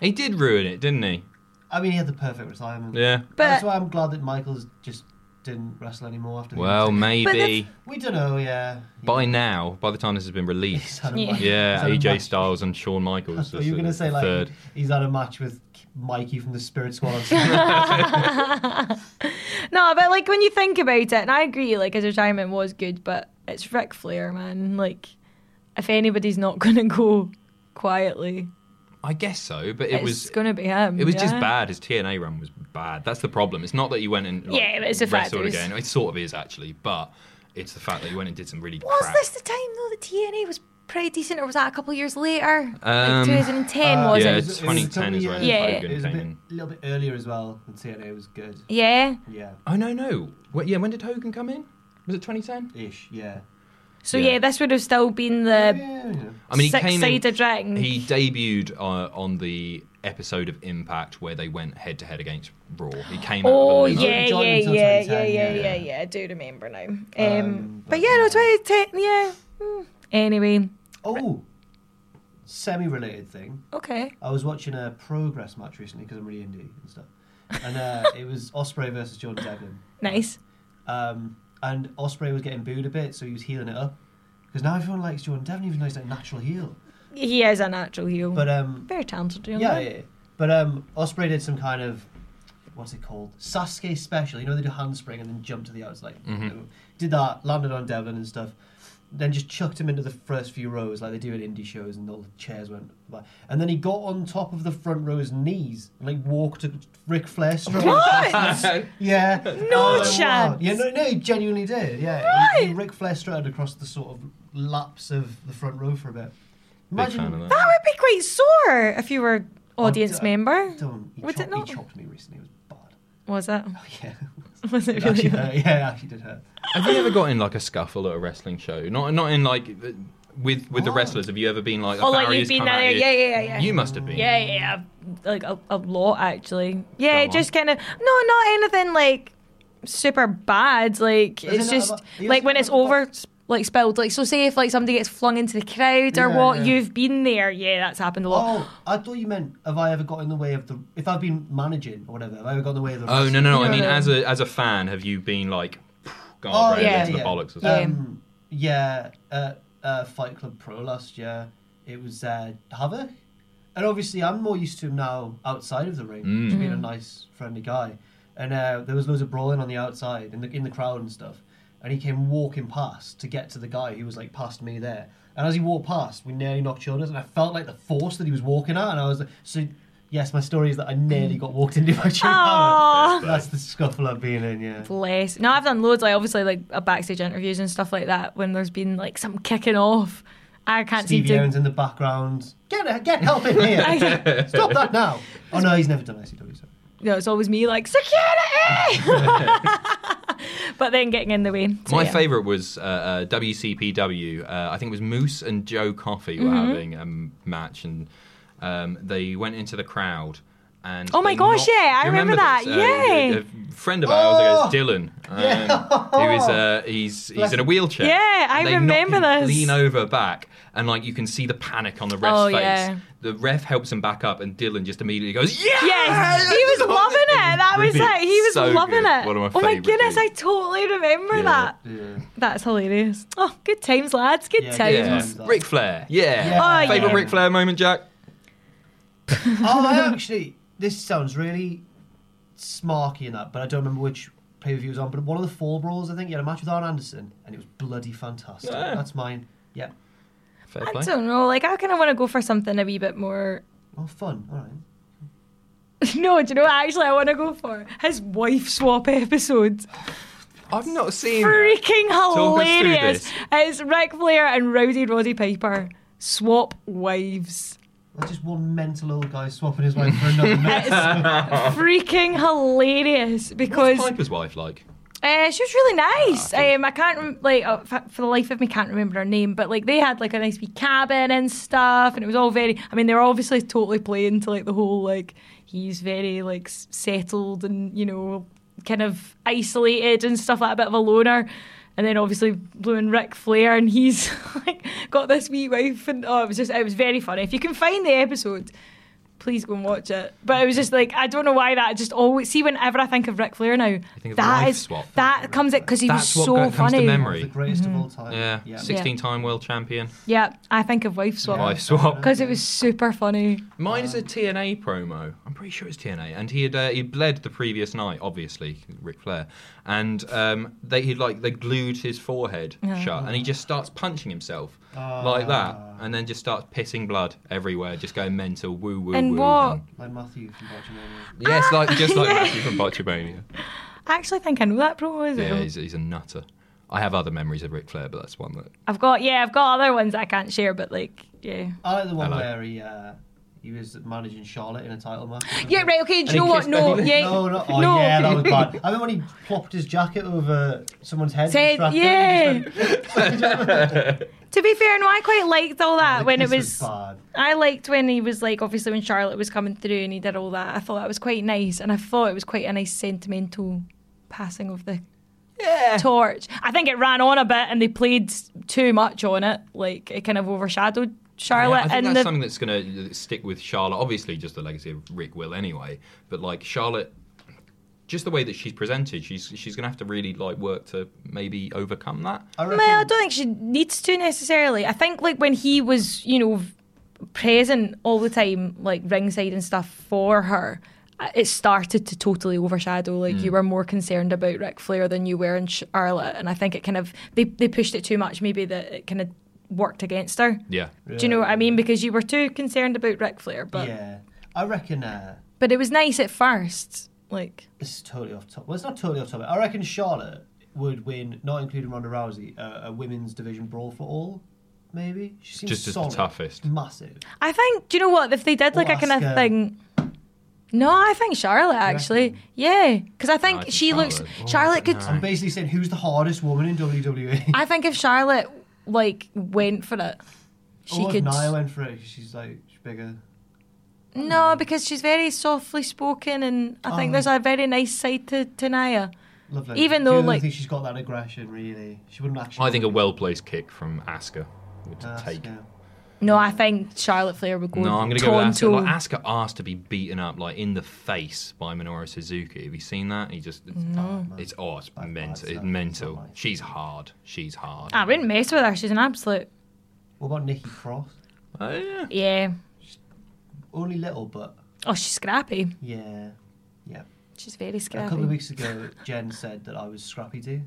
He did ruin it, didn't he? I mean, he had the perfect retirement. Yeah. That's But why I'm glad that Michaels just didn't wrestle anymore after. he Well, was- maybe we don't know. Yeah. by now, by the time this has been He's released, had a Yeah. match- he's yeah, had a AJ match- Styles and Shawn Michaels. So you're gonna say like third. he's had a match with Mikey from the Spirit Squad. on Saturday. no, but like when you think about it, and I agree, like his retirement was good, but it's Ric Flair, man. Like, if anybody's not gonna go quietly, I guess so, but it it's was gonna be him. it was just yeah. bad. His TNA run was bad. That's the problem. It's not that he went and like, Yeah, but it's the fact wrestled it was- again. It sort of is actually, but it's the fact that he went and did some really Was crap. this the time though that TNA was pretty decent, or was that a couple of years later? like Um, 2010 Uh, was yeah, it? was- it was 2010 is totally, when uh, Yeah. Hogan it was a came bit, in. little bit earlier as well. And TNA was good. Yeah. Yeah. Oh no no. What, yeah, when did Hogan come in? Was it 2010? Ish. Yeah. So Yeah. yeah. this would have still been the Yeah. yeah. I mean, he came in. six-sided ring. He debuted uh, on the episode of Impact where they went head to head against Raw. He came out. Oh of a limo. yeah, yeah, John yeah, until yeah, yeah, 2010, yeah, yeah. yeah, I do remember now. Um, Um, but yeah, no, 2010, yeah. mm. Anyway, Oh, semi-related thing. okay. I was watching a progress match recently because I'm really indie and stuff, and uh, it was Osprey versus Jordan Devlin. Nice. Um, and Osprey was getting booed a bit, so he was healing it up. Because now everyone likes Jordan Devlin, even though he's a natural heel. He is a natural heel. But um, Very talented, young yeah, man. yeah, yeah. but um, Osprey did some kind of what's it called Sasuke special. You know they do handspring and then jump to the outside. Mm-hmm. Did that, landed on Devlin and stuff. Then just chucked him into the first few rows like they do at indie shows, and all the chairs went. by. And then he got on top of the front row's knees and like walked to Ric Flair. What? Yeah. No I was like, wow. chance. Yeah, no, no, he genuinely did. Yeah. He, he Ric Flair strutted across the sort of laps of the front row for a bit. Big Imagine. fan of That that. would be quite sore if you were audience Oh, d- member. Don't. He, Would chopped, it not? he chopped me recently. It was bad. Was it? Yeah. Was it It actually really? hurt. Yeah, it actually did hurt. Have you ever got in like a scuffle at a wrestling show? Not not in like uh, with with the wrestlers. Have you ever been like? a Oh, like barrier's you've been come there, at you? yeah, yeah, yeah. You must have been. Yeah, yeah, yeah. Like a, a lot actually. Yeah, Go on. just kind of no, not anything like super bad. Like Is it it's not just about- you like just when don't it's know about- over, s- like spilled. Like so, say if like somebody gets flung into the crowd or Yeah, what, yeah. you've been there. Yeah, that's happened a lot. Oh, I thought you meant have I ever got in the way of the if I've been managing or whatever, have I ever got in the way of the Oh no no. no. I No, mean, no. as a as a fan, have you been like? God, Oh, right yeah, into the yeah. bollocks or something. Yeah. Um, yeah, uh, uh, Fight Club Pro last year. It was uh, Havoc. And obviously, I'm more used to him now outside of the ring, just being a nice, friendly guy. And uh, there was loads of brawling on the outside, in the, in the crowd and stuff. And he came walking past to get to the guy who was like past me there. And as he walked past, we nearly knocked shoulders, and I felt like the force that he was walking at. And I was like, so Yes, my story is that I nearly got walked into by Jake Aw. Hammer. That's the scuffle I've been in, yeah. Bless. No, I've done loads, like obviously like uh, backstage interviews and stuff like that when there's been like some kicking off. I can't Stevie seem to Owens in the background. Get get help in here! Stop that now! Oh no, he's never done ICW. So. No, it's always me like security. but then getting in the way. So, My yeah. favourite was uh, uh, WCPW. Uh, I think it was Moose and Joe Coffey were Mm-hmm. having a m- match, and um, they went into the crowd. And Oh my they gosh, knocked- yeah, I Do you remember that, this? Uh, yay. a- a friend of ours, I guess, Dylan. Um, Who is uh, he's he's in a wheelchair. Yeah, And I they knock remember him this. Lean over back, and like you can see the panic on the ref's Oh, face. yeah. The ref helps him back up, and Dylan just immediately goes, "Yeah!" Yes, he was loving it. That was brilliant. it. He was So loving good. it. One of my oh my favourite goodness, I things. totally remember Yeah. that. Yeah. That's hilarious. Oh, good times, lads. Good Yeah, times. good Yeah, times. Ric Flair. Yeah, Yeah. Oh, favorite yeah. Ric Flair moment, Jack. oh, I actually, this sounds really smarky and that, but I don't remember which pay per view was on. But one of the Fall Brawls, I think, you had a match with Arn Anderson, and it was bloody fantastic. Yeah. That's mine. Yeah. Fair I play. don't know. Like, I kind of want to go for something a wee bit more. Oh, fun. All right. no, do you know what? Actually, I want to go for his wife swap episode. I've not seen. that. freaking Talk us through hilarious. this. It's Ric Flair and Rowdy Roddy Piper swap wives. That's just one mental old guy swapping his wife for another. man. It's Oh. freaking hilarious because What's Piper's wife like? uh, she was really nice. um, I can't rem- like uh, fa- for the life of me can't remember her name, but like they had like a nice wee cabin and stuff, and it was all very. I mean, they were obviously totally playing to like the whole like he's very like s- settled and you know kind of isolated and stuff like a bit of a loner. And then obviously blew in Ric Flair, and he's like got this wee wife, and oh, it was just it was very funny. If you can find the episode, please go and watch it. But it was just like I don't know why that just always see whenever I think of Ric Flair now, think of that Life is Swap. that comes it because he That's was what so go- comes funny. to One of the memory. greatest of all time. Mm-hmm. Yeah, sixteen-time world champion. Yeah, I think of wife swap Wife swap. because it was super funny. Mine is a TNA promo. I'm pretty sure it's TNA, and he had uh, he bled the previous night, obviously, Ric Flair, and um, they he like they glued his forehead shut, and he just starts punching himself Ah. like that, and then just starts pissing blood everywhere, just going mental, woo woo And woo. what- Like Matthew from Botchamania. yes, like just like Matthew from Botchamania. I actually think I know that promo. Is Yeah, it? he's, he's a nutter. I have other memories of Ric Flair, but that's one that I've got yeah, I've got other ones that I can't share, but like yeah. I like the one Hello. where he, uh, he was managing Charlotte in a title match. Yeah, right. Okay, do he you know what? kissed No, her. yeah, No, no, oh no. yeah, that was bad. I remember when he plopped his jacket over someone's head. Said, distracted yeah. him, he just went, to be fair, no, I quite liked all that when it "This was was. bad. I liked when he was like, obviously when Charlotte was coming through and he did all that. I thought that was quite nice, and I thought it was quite a nice sentimental passing of the torch. I think it ran on a bit, and they played too much on it. Like it kind of overshadowed Yeah, I Charlotte think and that's the something that's going to stick with Charlotte. Obviously, just the legacy of Rick Will anyway. But like Charlotte, just the way that she's presented, she's she's going to have to really like work to maybe overcome that. I reckon Well, I don't think she needs to necessarily. I think like when he was, you know, v- present all the time, like ringside and stuff for her, I- it started to totally overshadow. Like Mm. you were more concerned about Ric Flair than you were in Charlotte, and I think it kind of they they pushed it too much. Maybe that it kind of worked against her. Yeah, Do you know what I mean? Because you were too concerned about Ric Flair, but yeah, I reckon uh, but it was nice at first. Like this is totally off topic. Well, it's not totally off topic. I reckon Charlotte would win, not including Ronda Rousey, uh, a women's division brawl for all. Maybe she seems Just as the solid, toughest. massive. I think. Do you know what? If they did like a kind Alaska. of thing. No, I think Charlotte actually. Yeah, because I think I think she looks. Charlotte. Oh, Charlotte could. I'm basically saying who's the hardest woman in E? WWE. I think if Charlotte like went for it, she oh, if could. Nia went for it. She's like she's bigger. No, because she's very softly spoken, and I think Oh. there's a very nice side to, to Naya. Lovely. Even She though, doesn't like- think she's got that aggression, really. She wouldn't actually. I think a well placed kick from Asuka would Asuka. take. No, I think Charlotte Flair would go. No, I'm going to go with Tonto. Asuka. Like, Asuka asked to be beaten up like in the face by Minoru Suzuki. Have you seen that? He just it's oh, it's mental. it's It's not- it's mental. not nice. She's hard. She's hard. I wouldn't mess with her. She's an absolute. What about Nikki Cross? Oh, yeah. Yeah. Only little, but Oh, she's scrappy. yeah, yeah. She's very A couple of scrappy. weeks ago, Jen said that I was Scrappy Doo.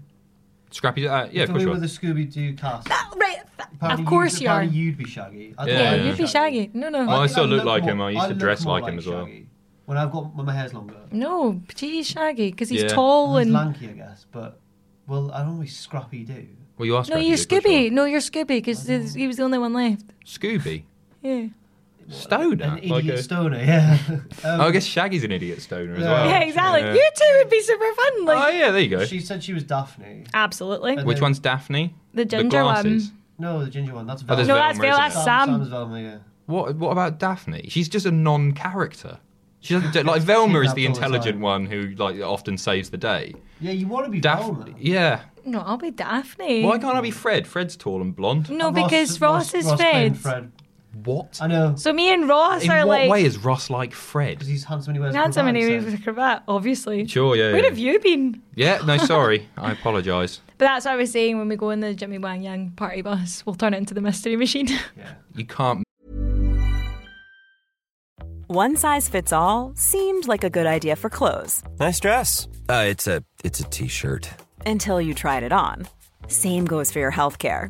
Scrappy. Uh, yeah, of Remember course. you with are. the Scooby Doo cast Oh, Right. th- Apparently Of course you'd, you are. apparently you'd be Shaggy. I thought Yeah, Yeah, I'd yeah. you'd be Shaggy. No, no. Well, I think still look look like him. more- I used to look dress more like him as well. Shaggy. When I've got when my hair's longer, No, but he's Shaggy because he's Yeah. tall he's and. lanky, I guess. But well, I don't know. He's scrappy do. Well, you asked. No, you're Scooby. No, you're Scooby because he was the only one left. Scooby. Yeah. An Stoner. idiot Like a, stoner. Yeah. Um, oh, I guess Shaggy's an idiot stoner as Yeah. well. Yeah, exactly. Oh, Yeah. You two would be super fun. Like, Oh yeah, there you go. She said she was Daphne. absolutely. And Which then- one's Daphne? The the ginger one. glasses. No, the ginger one. That's Oh, Velma. there's No, Velma, that's Vel- isn't that's there? Sam. Sam's Velma. Yeah. What What about Daphne? She's just a non-character. She doesn't do- like Velma is the Kidnapped all the intelligent time. one who like often saves the day. Yeah, you want to be Velma. Daphne. Yeah. No, I'll be Daphne. Why can't I be Fred? Fred's tall and blonde. No, And because Ross, is playing Fred. Fred. What? I know. So me and Ross In are what like way is Ross like Fred? Because he's handsome and he wears. a handsome and cravat, he so- with a cravat, obviously. Sure. Yeah. Where yeah. have you been? Yeah. No. Sorry. I apologise. But that's what I was saying when we go in the Jimmy Wang Yang party bus, we'll turn it into the mystery machine. Yeah. You can't One size fits all seemed like a good idea for clothes Nice dress. Uh, it's a it's a t-shirt. until you tried it on. Same goes for your healthcare.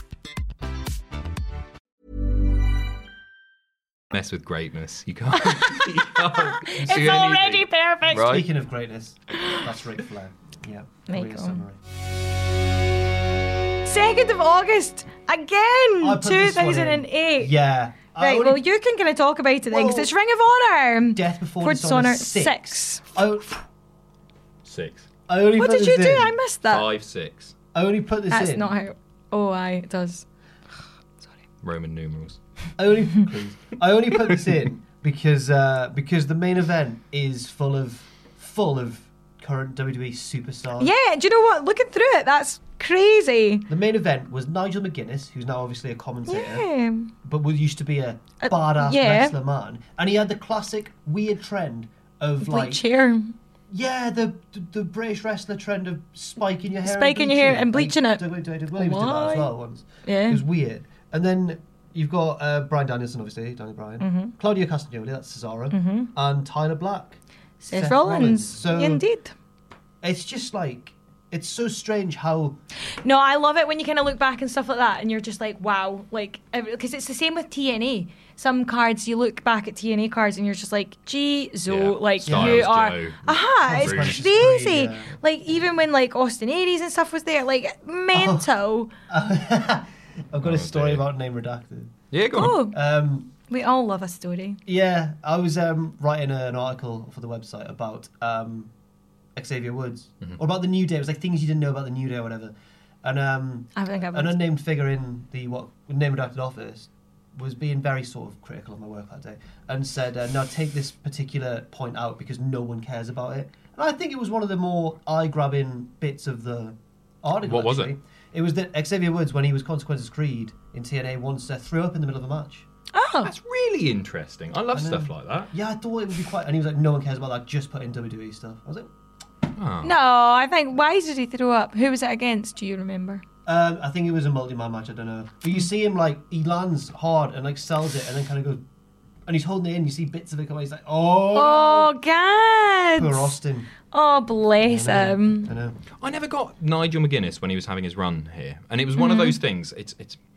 mess with greatness. You can't. you can't do it's anything. already perfect. right. Speaking of greatness, that's Ric Flair. Yeah. Michael. great summary. 2nd of August, I again, put this one in. 2008. Yeah. I Right, only- well, you can kind of talk about it then because Well, it's Ring of Honor. Death Before For Dishonor, Dishonor 6. I, Six. I only What put did you this do? in. I missed that. Five. Six. I only put this That's in. not how. Oh, aye, it does. Roman numerals. I only, please. I only put this in because uh, because the main event is full of full of current WWE superstars. Yeah, do you know what? Looking through it, that's crazy. The main event was Nigel McGuinness, who's now obviously a commentator, Yeah. Uh, but was used to be a badass yeah. wrestler man, and he had the classic weird trend of Bleach like hair. yeah the the, the British wrestler trend of spiking your hair, and Spiking your hair and bleaching bleaching Like, David Williams did that Why? as well once. Yeah. It was weird. And then you've got uh, Brian Danielson, obviously, Daniel Bryan, Mm-hmm. Claudia Castagnoli, that's Cesaro, and Tyler Black. Seth, Rollins. So Indeed. it's just like, it's so strange how. No, I love it when you kind of look back and stuff like that, and you're just like, wow, like because it's the same with TNA. Some cards you look back at TNA cards and you're just like, gee, so Yeah. like you Styles, are, Joe, aha, it's Bruce. crazy. Yeah. Like even when like Austin Aries and stuff was there, like mental. I've got a story dear. about name redacted. Yeah. Go on. Oh, Um, we all love a story. Yeah, I was um, writing an article for the website about um, Xavier Woods Mm-hmm. or about the New Day. It was like things you didn't know about the New Day or whatever. And um, I think I've an unnamed figure in the what name redacted office was being very sort of critical of my work that day and said, uh, "Now take this particular point out because no one cares about it." And I think it was one of the more eye-grabbing bits of the article. What was it? actually. It was that Xavier Woods, when he was Consequences Creed in TNA, once uh, threw up in the middle of a match. That's really interesting. I love stuff like that. Yeah, I thought it would be quite. And he was like, no one cares about that. Just put in WWE stuff. I was like, no, I think why did he throw up? Who was it against? Do you remember? um, I think it was a multi-man match. I don't know. But you see him like he lands hard and like sells it, and then kind of goes and he's holding it in. You see bits of it come out. He's like, oh, Oh, God. poor Austin. Oh, bless him. I know. I never got Nigel McGuinness when he was having his run here, and it was one of Mm-hmm. those things. It's it's.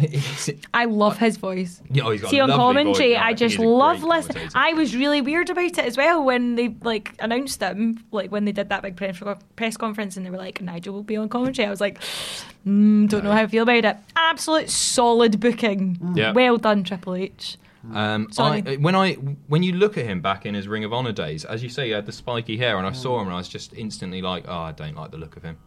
It's- I love his voice. yeah, oh, he's got See a on lovely commentary, voice. Yeah, I he just is a love great listening. commentator. I was really weird about it as well when they like announced him, like when they did that big press press conference, and they were like, "Nigel will be on commentary." I was like, mm, "Don't know how I feel about it." Absolute solid booking. Yeah. Well done, Triple H. Um, Sorry. I, when I when you look at him back in his Ring of Honor days, as you say, he had the spiky hair, and I Mm. saw him, and I was just instantly like, oh, I don't like the look of him,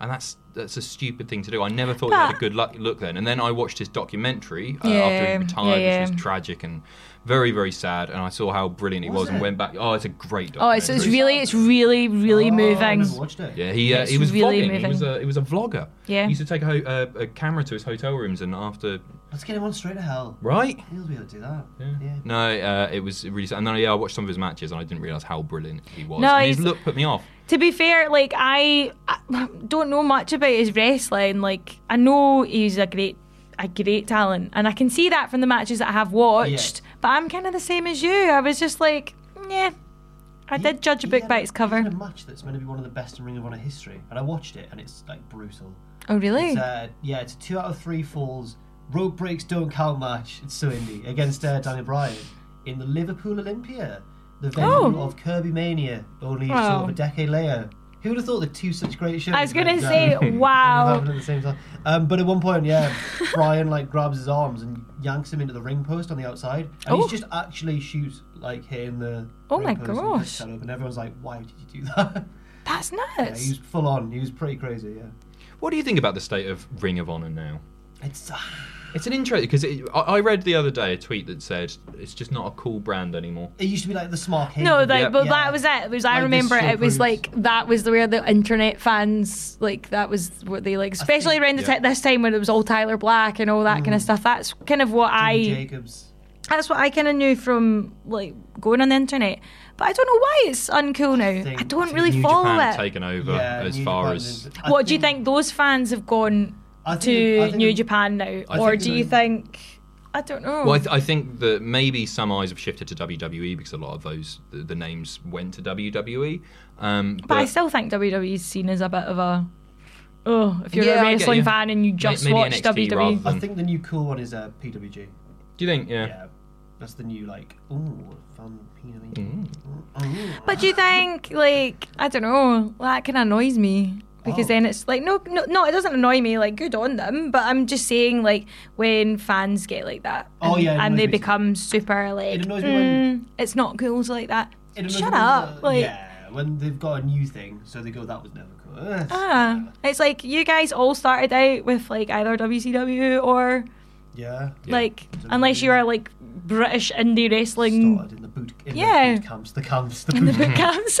and that's that's a stupid thing to do. I never thought he had a But- good luck, look then, and then I watched his documentary uh, after Yeah, he retired, yeah, which yeah. was tragic and very very sad, and I saw how brilliant he was, and went back. Oh, it's a great Oh, documentary. it's, it's really, it's really, really Oh, I moving. never watched it. Yeah, he uh, It's he was really vlogging. He moving. was a he was a vlogger. Yeah. he used to take a, ho- uh, a camera to his hotel rooms and after Let's get him on straight to hell. right. He'll be able to do that. Yeah. No, uh, it was really sad. And then yeah, I watched some of his matches and I didn't realize how brilliant he was. No, and his he's- look put me off. To be fair, like I, I don't know much about his wrestling. Like I know he's a great, a great talent, and I can see that from the matches that I have watched. But I'm kind of the same as you. I was just like, yeah, I did judge a He book had by its He cover. had a match that's meant to be one of the best in Ring of Honor history, and I watched it, and it's like brutal. Oh really? It's, uh, yeah, it's a two out of three falls, rope breaks don't count match. It's so indie against uh, Daniel Bryan in the Liverpool Olympia, the venue Oh. of Kirby Mania, only sort Wow. of a decade later. Who would have thought that two such great shows? I was gonna went down say, and wow. happened at the same time? Um, but at one point, yeah, Bryan like grabs his arms and yanks him into the ring post on the outside, and Oh. he's just actually shoots like hitting the. Oh ring my post and he gosh. gets set up, and everyone's like, "Why did you do that?" That's yeah, he nuts. was full on. He was pretty crazy. Yeah. What do you think about the state of Ring of Honor now? It's uh, It's an interesting because I, I read the other day a tweet that said it's just not a cool brand anymore. it used to be like the smart kid. No, like, Yeah. but Yeah. that was it. It was. I Like, this remember show it was proves- like that was the where the internet fans like that was what they like, especially around the yeah. ti- this time when it was all Tyler Black and all that Mm. kind of stuff. That's kind of what I. Jacobs. That's what I kind of knew from like going on the internet. But I don't know why it's uncool now. I, think- I don't think really New follow Japan it. have taken over Yeah, as New far Japan as is- I what do you think those fans have gone I to think- I think New it- Japan now, I or think do it you is. think? I don't know. Well, I, th- I think that maybe some eyes have shifted to WWE because a lot of those the, the names went to WWE. Um, but I still think WWE's seen as a bit of a. Oh, if you're Yeah, I a get wrestling you. fan and you May- just maybe watch NXT rather WWE, than- I think the new cool one is uh, PWG. do you think? Yeah. Yeah, that's the new like. Ooh, fun PWG. Mm. But do you think, like, I don't know, that kind of annoys me because Oh. then it's like, no, no, no, it doesn't annoy me. Like, good on them. But I'm just saying, like, when fans get like that, Oh, and, yeah, it and annoys they me too. become super like, It annoys me when- "Mm, it's not cool to like that. It annoys me Shut when, up, uh, like. yeah, when they've got a new thing, so they go that was never cool. Ugh. ah." It's like you guys all started out with like either WCW or yeah. like unless you are like British indie wrestling Started in the boot. In Yeah. The boot camps. The camps. The boot. boot camps.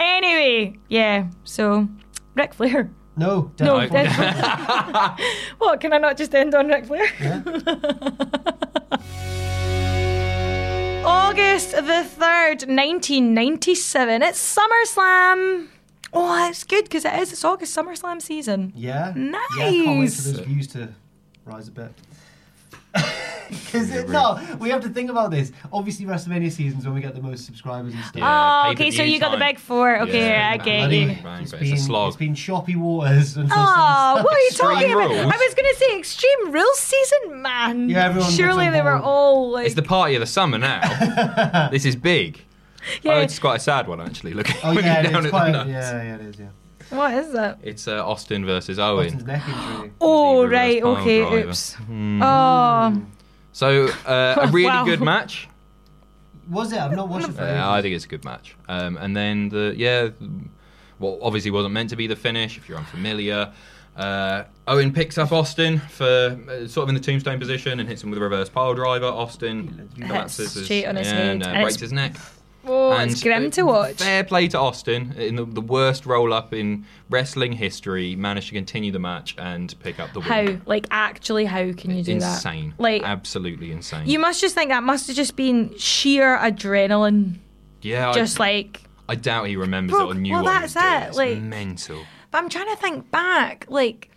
anyway, yeah. So Ric Flair. no. No, definitely. that's what can I not just end on Ric Flair? August the third, nineteen ninety-seven. It's SummerSlam. Oh, that's good because it is. It's August SummerSlam season. Yeah. Yeah, I can't wait for Nice. those views to rise a bit. Because no, we have to think about this. Obviously, WrestleMania seasons when we get the most subscribers and stuff. Yeah, oh, okay. So pay-per-view you got the time. big four. Okay, Yeah. I get Bloody- you. Bang, bang, it's bang. been, It's a slog. it's been choppy waters until Oh, some- what are you Extreme talking about? rules. I was gonna say Extreme Rules season, man. Yeah, everyone gets Surely on they were board. all like. It's the party of the summer now. this is big. yeah. Oh, it's quite a sad one actually. Looking Oh yeah, down it's at quite, the nuts. yeah, yeah, it is. Yeah, what is that? It's uh, Austin versus Austin's Owen. neck injury. Oh, The reverse right. pile Okay. driver. Oops. Hmm. Oh, So uh, a really Wow. good match. Was it? I've not watched it. For Uh, I think it's a good match. Um, and then the yeah, well, obviously wasn't meant to be the finish. If you're unfamiliar, uh, Owen picks up Austin for uh, sort of in the tombstone position and hits him with a reverse pile driver. Austin collapses his- straight on his head. and, uh, And breaks it's- his neck. oh it's And, grim uh, to watch. Fair play to Austin in the, the worst roll up in wrestling history. Managed to continue the match and pick up the win. How? Like, actually, how can you do that? insane. Like, absolutely insane. you must just think that must have just been sheer adrenaline. yeah, Just I, like. I doubt he remembers Well, it or knew well, what that's he was doing. it, It's like- uh, mental. But I'm trying to think back. Like,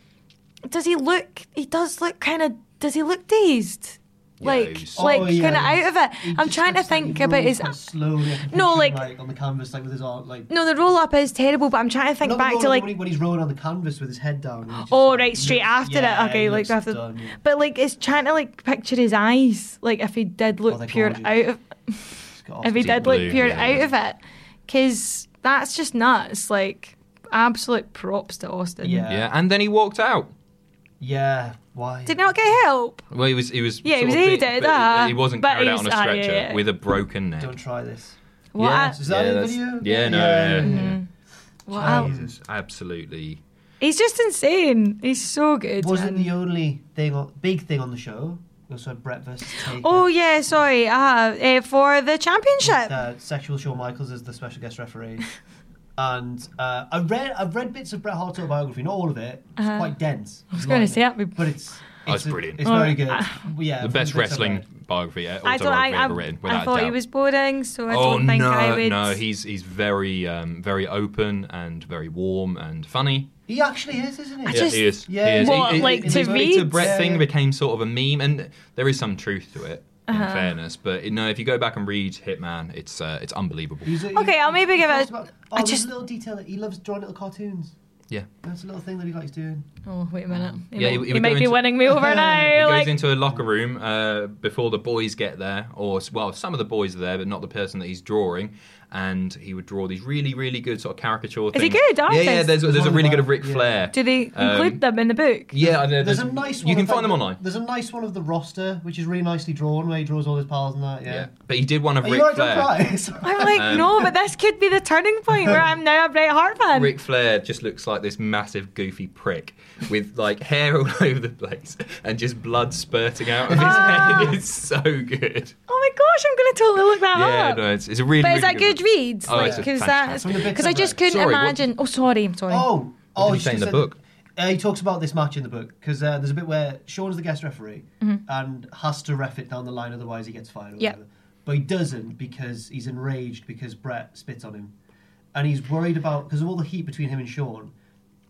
does he look? He does look kind of. Does he look dazed? Like, was- like, Oh, yeah, kind of he's- out of it. he I'm just trying to looks like think he about rolls his. quite slowly. I can No, picture him, like- like on the canvas, like with his arm, like. No, the roll up is terrible, but I'm trying to think Not back rolling to up like when, he- when he's rolling on the canvas with his head down. he's just, Oh like, right, straight looks- after yeah, it. Okay, he like looks after. done, yeah. But like, it's trying to like picture his eyes. Like if he did look Oh, they're peered gorgeous. out of, He's got off if he the- did blue, look peered yeah. out of it, because that's just nuts. Like absolute props to Austin. Yeah. yeah, and then he walked out. Yeah. Why? Did he not get help? Well, he was he was Yeah, he sort was of aided, bit- but ah. he wasn't But carried he out on a was- ah, yeah, stretcher yeah. with a broken neck. Don't try this. What? Yeah. Is that Yeah, in the that's- video? yeah, no, yeah, yeah, Mm-hmm. what a- Jesus. Absolutely. He's just insane. He's so good. Wasn't man. the only thing, on, big thing on the show. We also had breakfast. Oh yeah, sorry. Uh, uh, for the championship. uh, sexual Shawn Michaels is the special guest referee. and uh, I read I've read bits of Bret Hart's autobiography, not all of it. It's quite dense. I Uh-huh. was gonna say, that'd be- but it's Oh, it's it's brilliant. It's very good. yeah, The from best bits I've wrestling read. biography, uh, I don't. I, autobiography I, ever written. Without I a thought he doubt. was boring, so I Oh don't think no, I would. no, he's he's very um, very open and very warm and funny. He actually is, isn't he? I Yeah, just- he is. Yeah. he is. What, He- he- like, his to Victor read? Brett Yeah, yeah. thing became sort of a meme, and there is some truth to it. In Uh-huh. fairness, but no, if you go back and read Hitman, it's uh, it's unbelievable. He's a- he- Okay, I'll maybe he give it talks a- About, oh, I there's just- a little detail that he loves drawing little cartoons. Yeah, That's a little thing that he likes doing. Oh wait a minute. He Yeah, might, he- he he would might go be into- winning me over he now. goes like, into a locker room uh, before the boys get there, or s- well, some of the boys are there, but not the person that he's drawing. And he would draw these really, really good sort of caricature Is things. he good Yeah, yeah. artist? There's, there's a one really good about- of Ric yeah. Flair. do they um, include them in the book? Yeah, uh, There's a nice one. You can of, like, find them online. There's a nice one of the roster, which is really nicely drawn, where he draws all his pals and that. Yeah. Yeah, but he did one of Are Ric you right? Don't Flair. cry. I'm like, um, no, but this could be the turning point where I'm now a Bret Hart fan. Ric Flair just looks like this massive goofy prick with like hair all over the place and just blood spurting out of his Ah. head. It's so good. oh my gosh, I'm gonna totally look that Yeah, up. no, it's, it's a really. Ah. but really is that good book. read? Oh, it's a because that's fantastic- From the bits uh, because I I've just read. couldn't Sorry, what- imagine. Oh, sorry, I'm sorry. Oh, What oh, did he it's say in just the that- book? Uh, he talks about this match in the book because uh, there's a bit where Sean's the guest referee and has to ref it down the line, otherwise he gets fired. Or Mm-hmm. Yeah. whatever. But he doesn't because he's enraged because Brett spits on him, and he's worried about because of all the heat between him and Sean.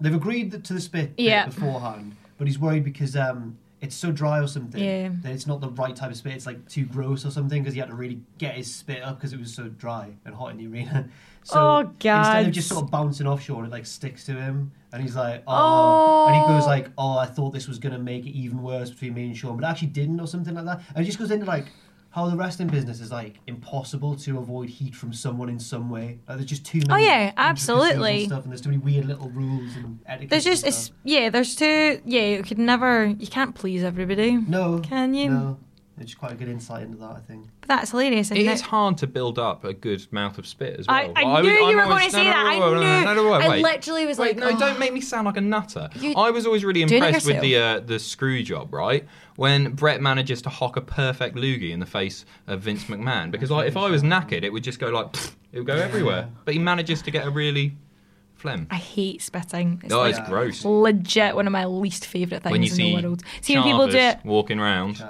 They've agreed that, to the spit bit Yeah. beforehand, but he's worried because um, it's so dry or something Yeah. that it's not the right type of spit. It's like too gross or something because he had to really get his spit up because it was so dry and hot in the arena. So Oh, Instead God. of just sort of bouncing offshore, it like sticks to him, and he's like, oh. and he goes like, oh, I thought this was gonna make it even worse between me and Sean, but it actually didn't, or something like that. And it just goes into like how the wrestling business is like impossible to avoid heat from someone in some way. Like, there's just too many. Oh, yeah, intricacies and absolutely. Stuff, and there's too many weird little rules and etiquette. There's just and it's, stuff. yeah. There's two yeah. You could never. You can't please everybody. no. Can you? No. It's just quite a good insight into that, I think. But that's hilarious. Isn't It it is hard to build up a good mouth of spit as I- well. I Well, was- knew you I'm were always- going to say no, no, that. I No, no, no, knew. no, no, wait, I wait. literally was Wait, like, no, "Oh." don't make me sound like a nutter. You- I was always really Doing it impressed with the uh, the screw job, right? When Brett manages to hock a perfect loogie in the face of Vince McMahon, because like if I was knackered, it would just go like pfft, it would go everywhere. But he manages to get a really phlegm. I hate spitting. It's Oh, like it's gross. legit one of my least favourite things When you in see, the world. See when people do it. Chavez walking around,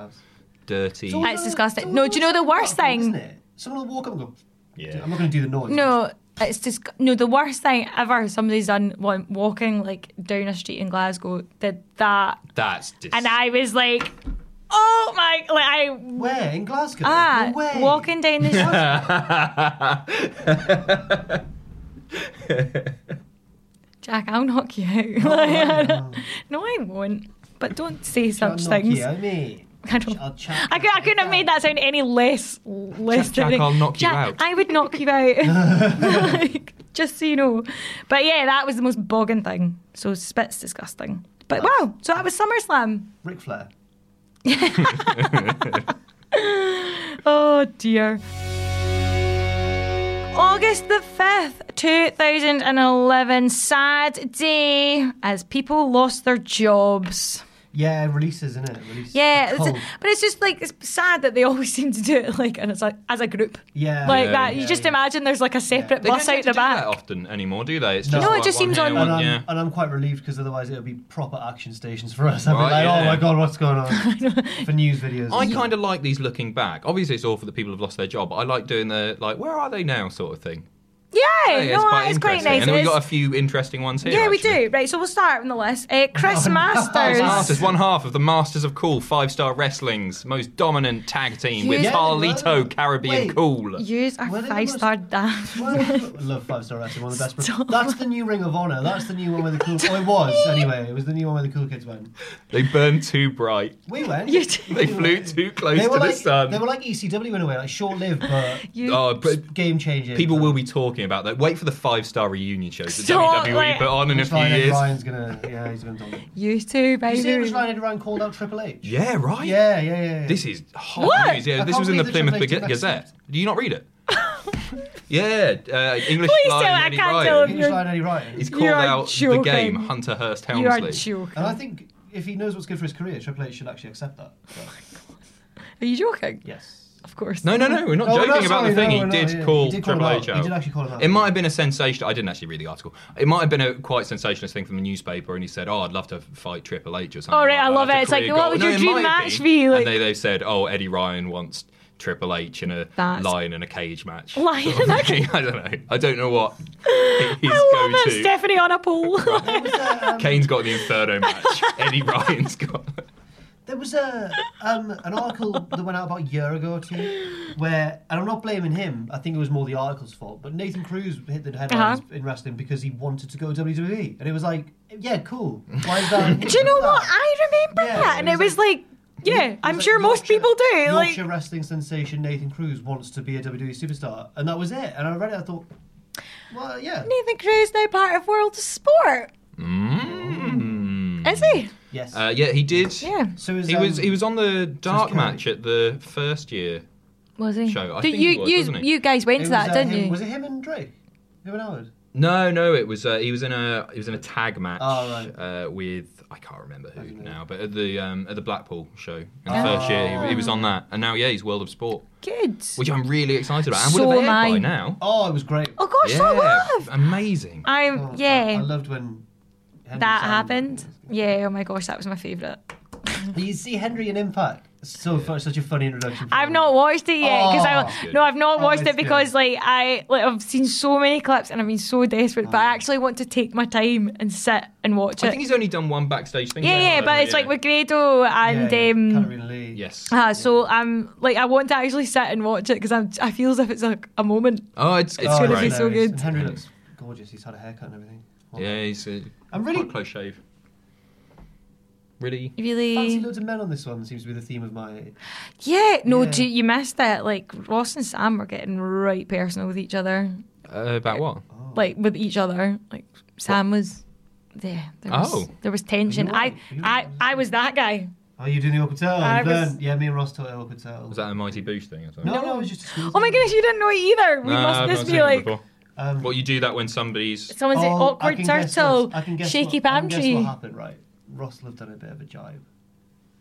dirty. all It's the- disgusting. all No, do you know the walk-up worst folk, thing? Isn't it? Someone will walk up and go, Yeah. I'm not going to do the noise. No, it's just no. The worst thing ever somebody's done one walking like down a street in Glasgow did that, That's dis- and I was like, oh my! Like I Where? In Glasgow? ah no way. walking down the street. Jack, I'll knock you out. Like, I don't- no, I won't. But don't say I'll such knock things. you out, mate. I don't. I'll chat I, could, I couldn't have made that sound any less less. Jack, threatening. I'll knock you out. I would knock you out. like, just so you know. But yeah, that was the most bogging thing. So spit's disgusting. But wow, so that was SummerSlam. Ric Flair. Oh dear. August the 5th, 2011. Sad day as people lost their jobs. Yeah, releases, isn't it? Release Yeah, a it's- cult. but it's just like, it's sad that they always seem to do it like as a, as a group. yeah, like yeah, that. you yeah, just yeah. imagine there's like a separate They bus don't out the get to do that back. often anymore, do they? It's No. just No, it like just one seems here, on- And one- I'm, yeah. and I'm quite relieved because otherwise it'll be proper action stations for us. I'd Right, be like, oh yeah. my god, what's going on? for news videos. I kind of like these looking back. Obviously, it's awful that people have lost their job, but I like doing the like, where are they now, sort of thing. Yeah, Oh, Yeah, no, quite it's quite interesting. nice. And then we It's- got a few interesting ones here. yeah, we do. actually. Right, so we'll start from the list. Uh, Chris Masters. Masters, one half of the Masters of Cool, five star wrestling's most dominant tag team with Yeah. Carlito Caribbean Wait. Cool. Yous are Were they the five star most- damn. Oh. Love five star wrestling, one of the best. That's the new Ring of Honor. That's the new one with the cool. Oh, it was anyway. It was the new one where the cool kids went. They burn too bright. We went. You did. They flew too close They to were the like sun. they were like ECW in a way, like short lived, but You- Oh, but game changing. people will be talking about that. Wait for the five star reunion shows that Stop, WWE like- put on in a few Ryan, years. Ryan's gonna. Yeah, he's gonna. Talk. You too, baby. You see, it was Ryan Ed Ryan called out Triple H. Yeah, right. Yeah, yeah, yeah. yeah. This is hot What? news. Yeah, I this can't was in the believe Plymouth that Triple H Gazette. did that. Do you not read it? yeah, uh, English Please line. tell me I Eddie can't Ryan. tell him. English Ryan Eddie Ryan. He's You called are out joking. the game Hunter Hurst You are Helmsley. joking. And I think if he knows what's good for his career, Triple H should actually accept that. But, Are you joking? yes. Of course. No, no, no. We're not No, we're joking not, about sorry, the thing. no, he, we're not, did yeah. call He did call Triple him H out. out. He did actually call him out. It might have been a sensational. I didn't actually read the article. It might have been a quite sensationalist thing from the newspaper, and he said, "Oh, I'd love to fight Triple H or something." Oh, right, like I that. love That's it. a It's like, career what goal. would No, your it dream might match be? Like- and they they said, "Oh, Eddie Ryan wants." Triple H in a That's- lion in a cage match. Lion in Sort of a thing. I don't know. I don't know what his I love go-to. it, Stephanie on a pole. Kane's got the Inferno match. Eddie Ryan's got. There was a um, an article that went out about a year ago or two, where and I'm not blaming him. I think it was more the article's fault. But Nathan Cruz hit the headlines Uh-huh. in wrestling because he wanted to go WWE, and it was like, yeah, cool. Why is that? Do you know what? I remember Yeah, that, and it was like, yeah, I'm It's sure like most Yorkshire- people do. Like, Yorkshire wrestling sensation Nathan Cruz wants to be a WWE superstar, and that was it. And I read it, I thought, well, yeah, Nathan Cruz now part of World of Sport. Mm. Is he? yes. Uh, yeah, he did. Yeah. so is, He um, was he was on the dark Kerry. match at the first year Was he? show. I Did think you he was, you wasn't he? you guys went it to was, that, uh, didn't him- you? Was it him and Drake? Him and Howard? No, no, it was uh, he was in a he was in a tag match Oh, right. uh, with I can't remember who now, but at the um, at the Blackpool show in the Oh. first year he, he was on that, and now yeah he's World of Sport, Good. which I'm really excited about. And So would have am aired I. by now. Oh, it was great. oh gosh, yeah, I love. amazing. I'm Oh, I, I yeah. loved when Henry that signed. happened. Yeah. Oh my gosh, that was my favorite. You see Henry in Impact. It's So fu- such a funny introduction. for I've him. not watched it yet because Oh. That's I good. no, I've not Oh, watched it's it because good. like I like I've seen so many clips and I've been so desperate, but Mm. I actually want to take my time and sit and watch I it. think he's only done one backstage thing. yeah, there, yeah, hasn't but he? it's like with Grado and yeah, um, Katarina Lee. yes. Uh, so I'm like I want to actually sit and watch it because I'm I feel as if it's a, a moment. Oh, it's it's Oh, gonna great. be so hilarious. good. And Henry looks gorgeous. He's had a haircut and everything. Well, Yeah, he's uh, I'm really- quite close shave. Really. Fancy Really? loads of men on this one seems to be the theme of my. Yeah. No, Yeah. do you missed it. Like Ross and Sam were getting right personal with each other, Uh, about what? Oh. like with each other. Like Sam was, yeah. There was, Oh. There was tension. You I, were- you I, I was that guy. Oh, you doing the awkward turtle? I You've was- learned. Yeah, me and Ross taught it awkward turtle. Was that a Mighty Boosh thing? Or something? No, no, it was just. A school Oh my thing. goodness, you didn't know it either. We No, I've must not just seen be it like before. Um, Well, you do that when somebody's. someone said oh, I awkward can guess turtle, what- I can guess shaky what, I can palm guess tree. what happened, right? Ross will have done a bit of a jibe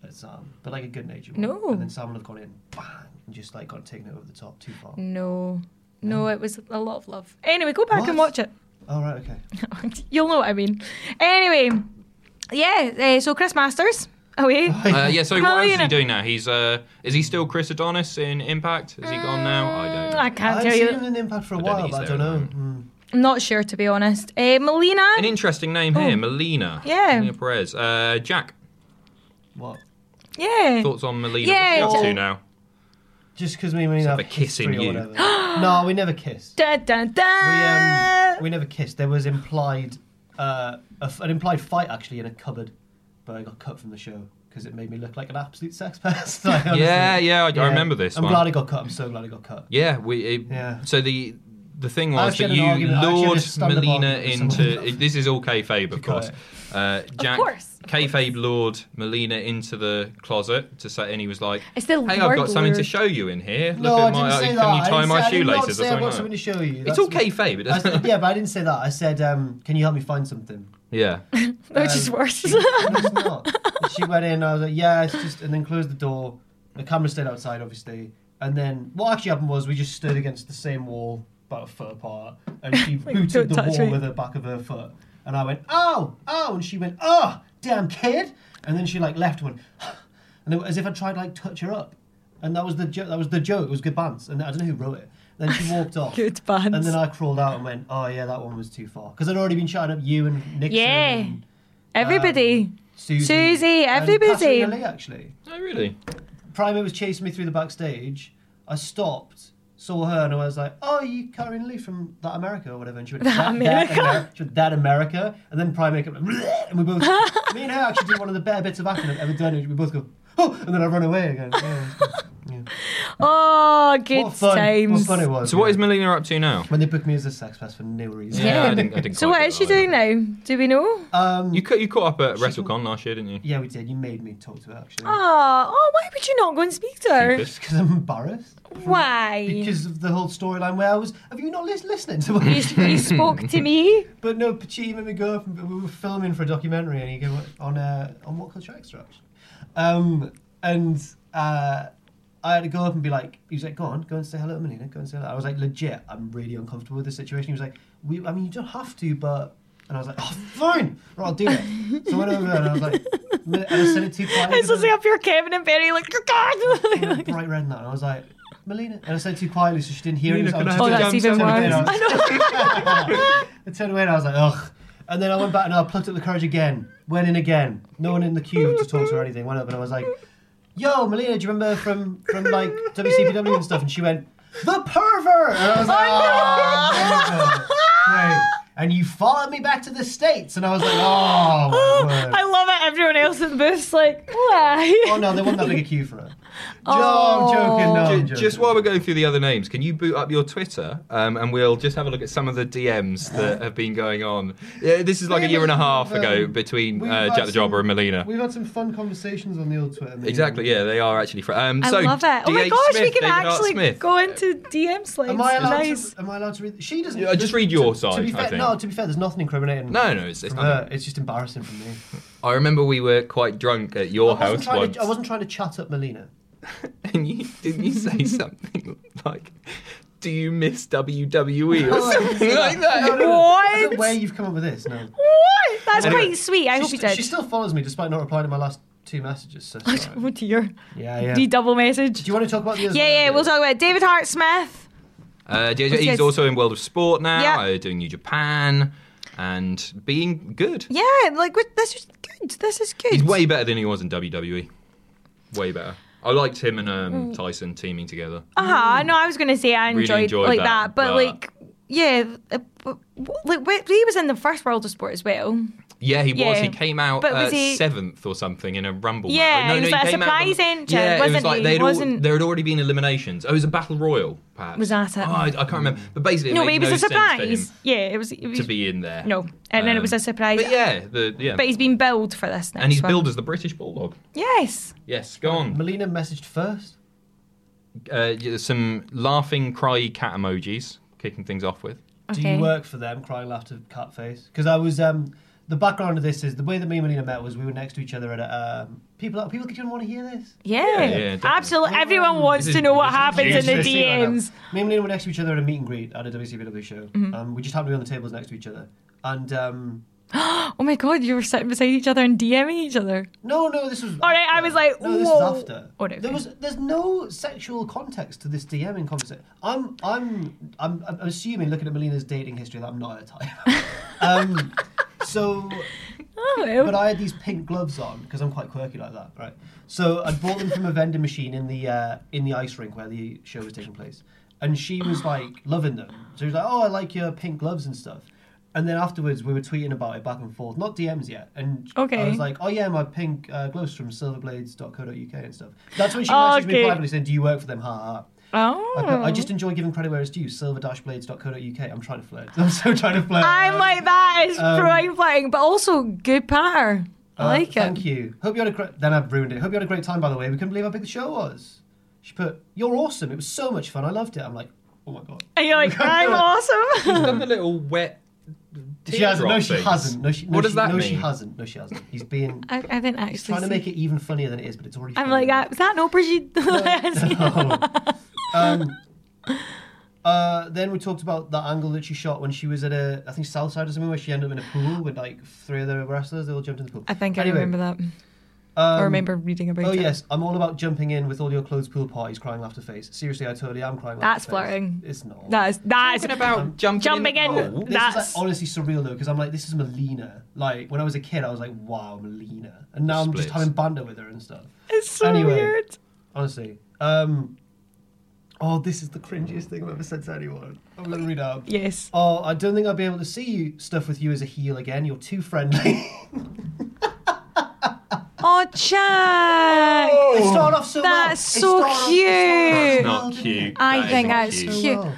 at Sam, but like a good natured one. No. And then Sam will have gone in, bang, and just like gone taken it over the top too far. No, no, it was a lot of love. Anyway, go back and What? watch it. Oh, right, okay. Uh, You'll know what I mean. Anyway, yeah. Uh, so Chris Masters Oh, away. Uh, yeah, so what else is Carolina. he doing now? He's uh, is he still Chris Adonis in Impact? Is he gone now? I don't know. Mm, I can't I've tell seen you. him in Impact for a don't while, think but I he's don't there know. at the Mm. I'm not sure to be honest. Uh, Melina. An interesting name here, Melina. Oh. Yeah. Melina Perez. Uh, Jack, What? yeah. thoughts on Melina? Yeah, What's she up yeah. to now? Just because me and Melina have a kiss in history or you. whatever. no, we never kissed. Dun, dun, dun. We, um, we never kissed. There was implied uh, a f an implied fight actually in a cupboard, but I got cut from the show because it made me look like an absolute sex pest. I honestly- Yeah, yeah, I, I remember this I'm one. glad it got cut. I'm so glad it got cut. Yeah, we. It, Yeah. So the the thing I was actually that had an you argument- I actually had a lured stand-up Melina argument with into someone. it- this is all kayfabe, of got course. it. Uh, Jack, course, of kayfabe lured Melina into the closet to say, and he was like, It's the "Hey, I've word got something to lured. show you in here. No, Look I at didn't my. uh, say can that. you I tie didn't my say- I did not shoelaces say or I something?" got like something that. to show you. It's That's all what- kayfabe. It I doesn't, said, yeah, but I didn't say that. I said, um, can you help me find something? yeah. Which is um, worse. No, it's not. And she went in. I was like, yeah, it's just, and then closed the door. The camera stayed outside, obviously. And then what actually happened was we just stood against the same wall, about a foot apart, and she "Don't booted the touch wall me." with her back of her foot. And I went, oh, oh, and she went, oh, damn kid. And then she like left one, and it, as if I tried to like touch her up. And that was the jo- that was the joke. It was good bands, and I don't know who wrote it. Then she walked off. Good bands. And then I crawled out and went, oh yeah, that one was too far. Because I'd already been shouting up you and Nixon. Yeah. and Everybody. Susie. Susie, and everybody. Katrina Lee, actually. Oh, really? Primate was chasing me through the backstage. I stopped, saw her, and I was like, "Oh, you Karen Lee from That America or whatever." And she went, "That, America." That, Amer-" she went, "That America," and then Primate kept, like, and we both, me and her, actually did one of the bare bits of acting I've ever done. And we both go, "Oh," and then I run away again. Yeah, it was good. Oh, good what fun! times. What fun it was. So what yeah. is Melina up to now? when they booked me as a sex pest for no reason? Yeah, I didn't, I didn't so quite what get is she that doing either. now? Do we know? Um, You, ca- you caught up at WrestleCon last year, didn't you? yeah, we did. You made me talk to her actually. Oh, oh, why would you not go and speak to her? Stupid. Because I'm embarrassed. Why? Because of the whole storyline where I was. Have you not lis- listening to what you, you spoke to me. But no, Pacini made me go up. And we were filming for a documentary, and he gave it on uh, on what culture extra actually. Um, and uh, I had to go up and be like, he was like, "Go on, go and say hello to Melina, go and say hello." I was like, "Legit, I'm really uncomfortable with this situation." He was like, "We, I mean, you don't have to, but." And I was like, "Oh, fine, right, I'll do it." So I went over there and I was like, and I said it too quietly. It's listening up your Kevin and Barry like, "Good God. I went bright red in that, and I was like, "Melina," and I said it too quietly, so she didn't hear Melina, it. can So I I have was a jam just- that's even sandwich? worse. I turned away and I was- I turned away and I was like, ugh. And then I went back and I plucked up the courage again. Went in again. No one in the queue to talk to her or anything. Went up and I was like, yo, Melina, do you remember from, from like WCPW and stuff? And she went, the pervert! And I was like, oh, Great. And you followed me back to the States. And I was like, oh, my word. I love it. Everyone else in the booth's like, why? Oh, no, there wasn't that big a queue for her. No, I'm joking. No, Oh, I'm Ju- joking. Just while we're going through the other names, can you boot up your Twitter um, and we'll just have a look at some of the DMs that have been going on? Yeah, this is like a year and a half ago um, between We've uh, had Jack the Jobber some- and Melina. We've had some fun conversations on the old Twitter. Melina. Exactly, yeah, they are actually. Fr- um, I so, love it. Oh my DH gosh, we Smith, can David Hart actually Smith. go into DM slides. Am I allowed? nice. To, am I allowed to read? She doesn't. Yeah, just read your to, To side, be I fair, think. no. To be fair, there's nothing incriminating. No, no, it's, it's from nothing. her. It's just embarrassing for me. I remember we were quite drunk at I your wasn't, house trying once. to, I wasn't trying to chat up Melina. And you didn't you say something like, "Do you miss E?" WWE?" or Oh. No, I didn't something say like that? No, no, no. I don't What? know Where you've come up with this? No. What? That's Anyway, quite sweet. I she, hope you st- did. she still follows me despite not replying to my last two messages. So it's all oh right. dear. yeah, yeah. Do you Do double message? you want to talk about the? Other Yeah, yeah, we'll talk about it. David Hart Smith. Uh, he's Yes. also in World of Sport now, Yeah. uh, doing New Japan, and being good. Yeah, like what- this is good. This is good. He's way better than he was in WWE. Way better. I liked him and Mm. um, Tyson teaming together. Uh-huh. No, I was going to say I Mm. Really enjoyed, enjoyed like that, that, but, but- like, yeah, uh, but- like wait, he was in the first World of Sport as well. Yeah, he was. Yeah. He came out But uh, was he- seventh or something in a rumble. match. Yeah, no, he no, was like a came out surprise on- entrant, Yeah, it was wasn't like he? They'd al- Wasn't- there had already been eliminations. Oh, it was a battle royal, perhaps. Was that it? Oh, I, I can't remember. But basically, it no, made but it was a sense for him surprise. Yeah, it was. It was to be in there. no, and then it was Um, a surprise. But yeah, the yeah. But he's been billed for this next and he's one. billed as the British Bulldog. Yes. Yes, go on. Melina messaged first. Uh, yeah, some laughing, cryy cat emojis, kicking things off with. Do Okay. you work for them? Crying laughter, cat face. Because I was um, the background of this is the way that me and Melina met was we were next to each other at a, um, people. People didn't want to hear this. Yeah. definitely. Absolutely. Everyone wants This to is- know what this is happens in juicy. the Just see right now. DMs. Me and Melina were next to each other at a meet and greet at a WCW show. Mm-hmm. Um, we just happened to be on the tables next to each other. And um, Oh my god, you were sitting beside each other and DMing each other. no, no, this was. All right, after. I was like, no, this whoa. is after. Oh, no, okay. There was, there's no sexual context to this DMing conversation. I'm, I'm, I'm, I'm assuming looking at Melina's dating history that I'm not her type. um, so Oh, well. But I had these pink gloves on because I'm quite quirky like that, right? So I bought them from a vending machine in the uh, in the ice rink where the show was taking place, and she was like loving them. So she was like, "Oh, I like your pink gloves and stuff." And then afterwards, we were tweeting about it back and forth, not DMs yet. And I Okay. was like, "Oh yeah, my pink uh, gloves from silverblades.co.uk and stuff." That's when she Oh, messaged me okay. privately saying, "Do you work for them?" Ha ha. oh. I, put, I just enjoy giving credit where it's due. Silver-blades.co.uk. I'm trying to flirt. I'm so trying to flirt. I'm like that is prime flying, but also good patter. I um, Uh, like it. Thank you. Hope you had a great. Then I've ruined it. Hope you had a great time, by the way. We couldn't believe how big the show was. She put, "You're awesome. It was so much fun. I loved it." I'm like, "Oh my god." And you're like, I'm awesome. He's done the little wet. She hasn't. No, teardrop she things. hasn't. No, she. No, What does she, that No, mean? she hasn't. No, she hasn't. He's being. I, I didn't actually. He's trying to see. make it even funnier than it is, but it's already. I'm funny. like, ah, is that no Brigitte? Um, uh, then we talked about that angle that she shot when she was at a, I think Southside or something, where she ended up in a pool with like three other wrestlers. They all jumped in the pool. I think I Anyway, remember that. I remember reading about Oh it. yes, I'm all about jumping in with all your clothes pool parties, crying laughter face. Seriously, I totally am crying. That's laughter face. flirting. It's not. That is that is Talking about jumping, jumping in. Oh. This That's is like, honestly surreal though, because I'm like, this is Melina. Like when I was a kid, I was like, wow, Melina, and now I'm just Splits. having banter with her and stuff. it's so anyway. weird. Honestly, um, oh, this is the cringiest thing I've ever said to anyone. I'm gonna read out. Yes. Oh, I don't think I'll be able to see you stuff with you as a heel again. You're too friendly. Oh, Jack. it started off so well. That's It so started off- it started cute. off well, Not didn't it? cute. I That think that's isn't cute. cute. Well. uh-huh.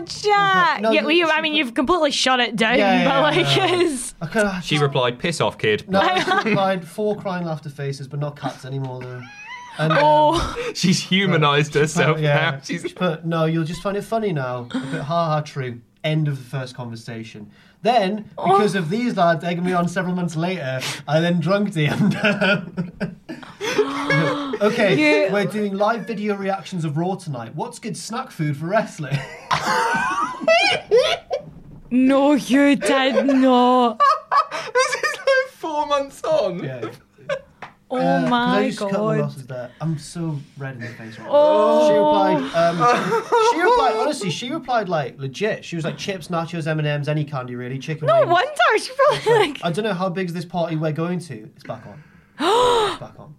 Oh, Jack. No, yeah, you- well, you, I she mean, put- you've completely shut it down, Yeah, yeah, but like, yeah, yeah. it's- I could have. She replied, "Piss off, kid." No, I replied four crying laughter faces, but not cats anymore though. And, um, oh, She's humanised herself Oh, yeah. now. She's But no, you'll just find it funny now. I put, ha ha, true. End of the first conversation. Then, because of these lads egging me on several months later, I then drunk DM'd them. okay, we're doing live video reactions of Raw tonight. What's good snack food for wrestling? no, you Uh, did not. this is like four months on. yeah. Oh Uh, 'cause I my used to cut my god. Oh. losses there. I'm so red in the face right now. She replied. Um, she replied. Honestly, she replied like legit. She was like chips, nachos, M and M's, any candy really, chicken No wings. wonder she probably like. I don't know how big is this party we're going to. It's back on. it's back on.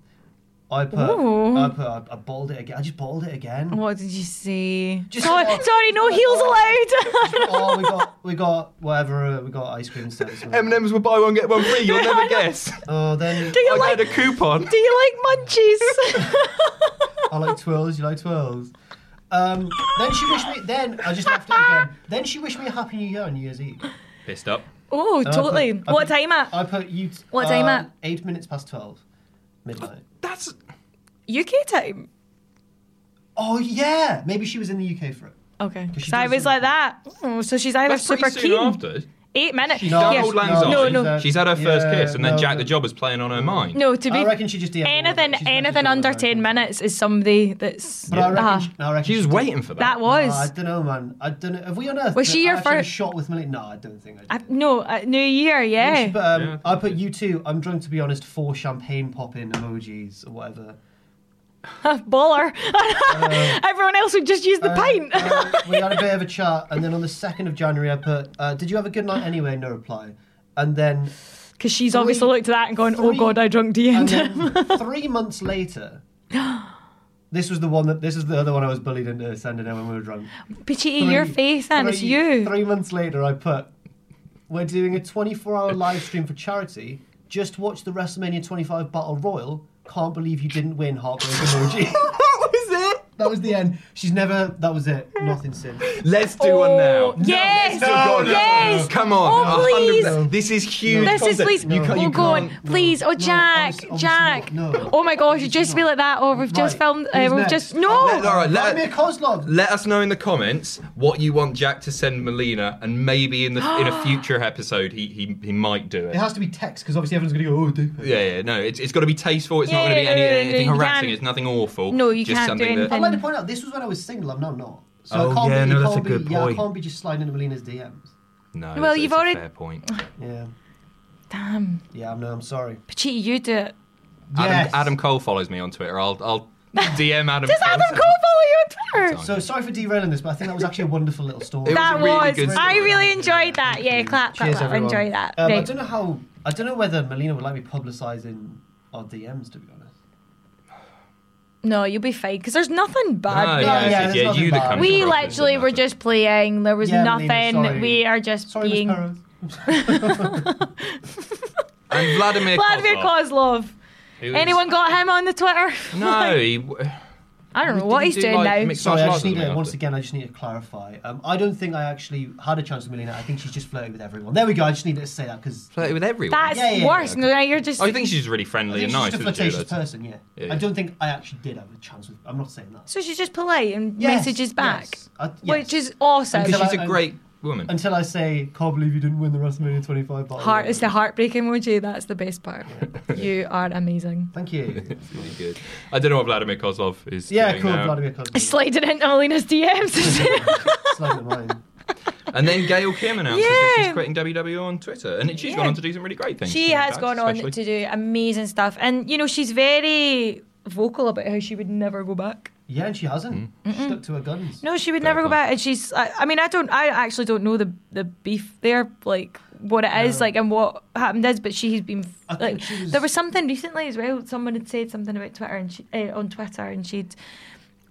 I put, I put, I, I balled it again. I just balled it again. What did you say? Just- sorry, sorry, no heels allowed. oh, we got, we got whatever. Uh, we got ice cream instead. or something. M&M's will buy one get one free. You'll never guess. Oh, then Do you I like? get a coupon. Do you like munchies? I like twirls. You like twirls. Um, then she wished me. Then I just left it again. Then she wished me a happy New Year on New Year's Eve. Pissed up. oh, totally. put- I what put- time at? I put you. T- um, What time at? Eight minutes past twelve, midnight. That's UK time. Oh yeah, maybe she was in the UK for it. Okay. she So I does was like that. Oh, so she's either that's super pretty soon keen. after. Eight minutes. She's done Yeah. old Lang Syne. No, no. uh, She's had her first Yeah, kiss, and then no, Jack no. the Jobber's playing on her mind. No, to I be reckon she just DM'd all of it. anything, She's messaged anything all of under it. ten minutes is somebody that's. But I reckon. Uh-huh. she, no, I reckon She was she- waiting for That that. Oh, I was. don't know, man. I don't know. Have we unearthed? Was that she your I actually first- Shot with Millie? No, I don't think I I, did. no, uh, New Year, yeah. But, um, Yeah. I put you two. I'm drunk to be honest. Four champagne popping emojis or whatever. Baller. Everyone else would just use the paint. Um, we had a bit of a chat, and then on the second of January, I put, uh, "Did you have a good night anyway?" No reply. And then Because she's obviously three- looked at that and gone, oh three- god, I drunk And DM'd him. then three months later, this was the one that this is the other one I was bullied into sending her when we were drunk. Bitchy, your Three- face, and it's three- you. Three months later, I put, "We're doing a 24-hour live stream for charity. Just watch the WrestleMania 25 Battle Royal. Can't believe you didn't win." Heartbreak emoji. What was it? that was the end. She's never. That was it. Nothing since. Let's do one Oh, now. yes, God, no. yes. Come on. Oh, 100%. please. This is huge. This is content. please. You can't, oh you god, can't. please. Oh No, Jack, obviously- obviously Jack. not. No. Oh my gosh, you Obviously just feel not. like that. Oh, we've just Right. filmed. Uh, Who's we've next? just no. Let- all right, let- Vladimir Kozlov. Let us know in the comments what you want Jack to send Melina, and maybe in the in a future episode he he, he might do it. It has to be text because obviously everyone's going to go, oh, dick pic." Yeah, yeah, no, it's, it's got to be tasteful. It's not Yeah, going to be yeah, any, yeah, yeah, anything you harassing. can't- It's nothing awful. No, you just can't do something that- I'd anything. like to point out this was when I was single. I'm now not. So Oh, I can't yeah, be, no, I that's can't a be- good Yeah, I point. can't be just sliding into Melina's DMs. No, Well, it's- you've it's a already- fair point. Yeah, Damn, yeah, I'm no, I'm sorry. Pachita, you do it. Yes. Adam, Adam Cole follows me on Twitter. I'll I'll DM Adam. Does Cole Adam Cole some- follow you on Twitter? So sorry for derailing this, but I think that was actually a wonderful little story. It was That a really was. good I story. really enjoyed that. Yeah, clap, clap, Cheers, clap. everyone. Enjoy that. Um, I Right. don't know how. I don't know whether Melina would like me publicising our DMs. To be honest. No, you'll be fine because there's nothing bad. No, yeah, Oh, yeah, there's yeah, nothing you that bad. comes we across as literally were nothing. just playing. There was Yeah, Melina, nothing. sorry. We are just Sorry, Miss being. Perros. and Vladimir. Vladimir Kozlov, Kozlov. who is- Anyone got him on the Twitter? No, he, w- I don't know We what didn't he's do, doing like, now. mixed Sorry, I martial just need arts, to, wasn't once it? again, I just need to clarify. Um, I don't think I actually had a chance with Melina. I think she's just flirting with everyone. There we go. I just needed to say that because Flirted with everyone. That's Yeah, yeah, worse. yeah. No, now you're just. I think she's really friendly and she's nice. just a isn't she, flirtatious though? person. Yeah. Yeah. I don't think I actually did have a chance with. I'm not saying that. so she's just polite and Yes, messages back, yes. I- which yes. is awesome. Until She's I- a great woman. Until I say, can't believe you didn't win the WrestleMania 25 battle. Heart is the heartbreak emoji. That's the best part. you are amazing. Thank you. Really good. I don't know what Vladimir Kozlov is Yeah, doing cool, now. Vladimir Kozlov. Sliding into Alina's DMs. Slide in mine. And then Gail Kim announced that Yeah. she's quitting WWE on Twitter, and she's gone on to do some really great things. She Team has Bats gone on especially. to do amazing stuff. And, you know, she's very vocal about how she would never go back. Yeah, and she hasn't. Hmm. She stuck to her guns. No, she would never go back. And she's, I, I mean, I don't, I actually don't know the, the beef there, like what it is, like, and what happened is, but she has been, I think like, she was- there was something recently as well. Someone had said something about Twitter and she, uh, on Twitter and she'd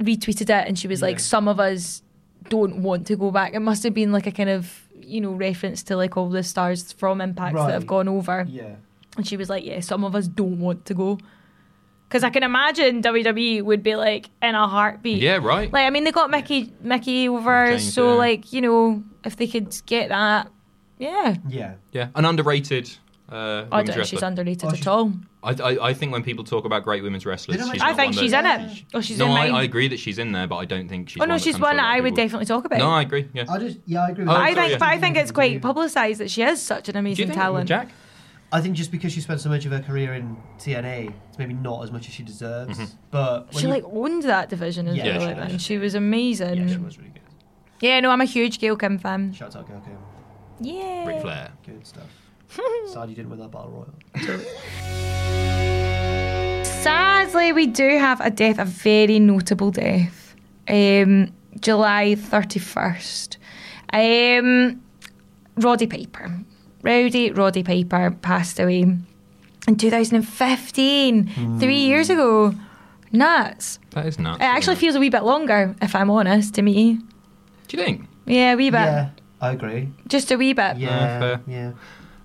retweeted it and she was like, Yeah. some of us don't want to go back. It must have been like a kind of, you know, reference to like all the stars from Impact that have Right. gone over. Yeah. And she was like, Yeah, some of us don't want to go. Because I can imagine WWE would be like in a heartbeat. Yeah, right. Like, I mean, they got Mickey, Mickey over, James, so yeah. like, you know, if they could get that, yeah. Yeah. yeah, an underrated. Uh, I women's don't wrestler. think she's underrated Oh, at she's- all. I, I, I think when people talk about great women's wrestlers, They don't she's make- I not think one she's that, in it. Oh, she's No, in I, mine. I agree that she's in there, but I don't think she's. oh, no, one that she's comes to a one lot that of I would people. definitely talk about. No, I agree. Yeah. I just yeah, I agree with Oh, that. I I'm sorry, think, yeah. but I think it's quite publicised that she is such an Do you amazing think, talent. Jack? I think just because she spent so much of her career in TNA, it's maybe not as much as she deserves. Mm-hmm. But when she you- like owned that division as Yeah, she well, did. and she was amazing. yeah, Yeah, she was really good. no, I'm a huge Gail Kim fan. Shout out, Gail Kim. Yeah. Ric Flair. Good stuff. Sad you didn't win that battle royal. Sadly, we do have a death, a very notable death. Um, July 31st. Um, Roddy Piper. Rowdy Roddy Piper passed away in 2015, three Hmm. years ago. Nuts. That is nuts. It actually isn't feels a wee bit longer, if I'm honest, to me. it? Do you think? Yeah, a wee bit. yeah, I agree. Just a wee bit. Yeah, Uh, fair. yeah.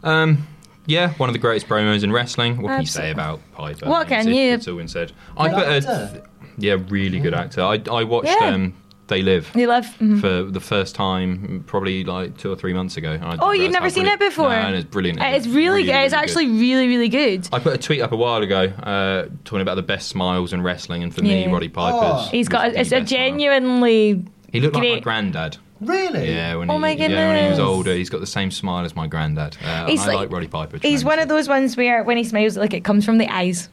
Um, yeah, one of the greatest promos in wrestling. What can you Absolutely. say about Piper? What It's- can it's- you- It's all been said. I Good put a actor. th- yeah, really good actor. I I watched Yeah. um, They Live You love. mhm. for the first time probably like two or three months ago. and I Oh, you've realised never how seen brilliant- it before? No, and it's brilliant. It's really, good. It's really actually really, really good. I put a tweet up a while ago uh, talking about the best smiles in wrestling, and for me, Yeah. Roddy Piper's. Oh. He's got. A, was the it's a best smile. genuinely. He looked like my great- granddad. Really? Yeah, when Oh he, my yeah, when he was goodness. older, he's got the same smile as my granddad. Uh, He's I like- like, Roddy Piper. He's one of those ones where when he smiles, like it comes from the eyes.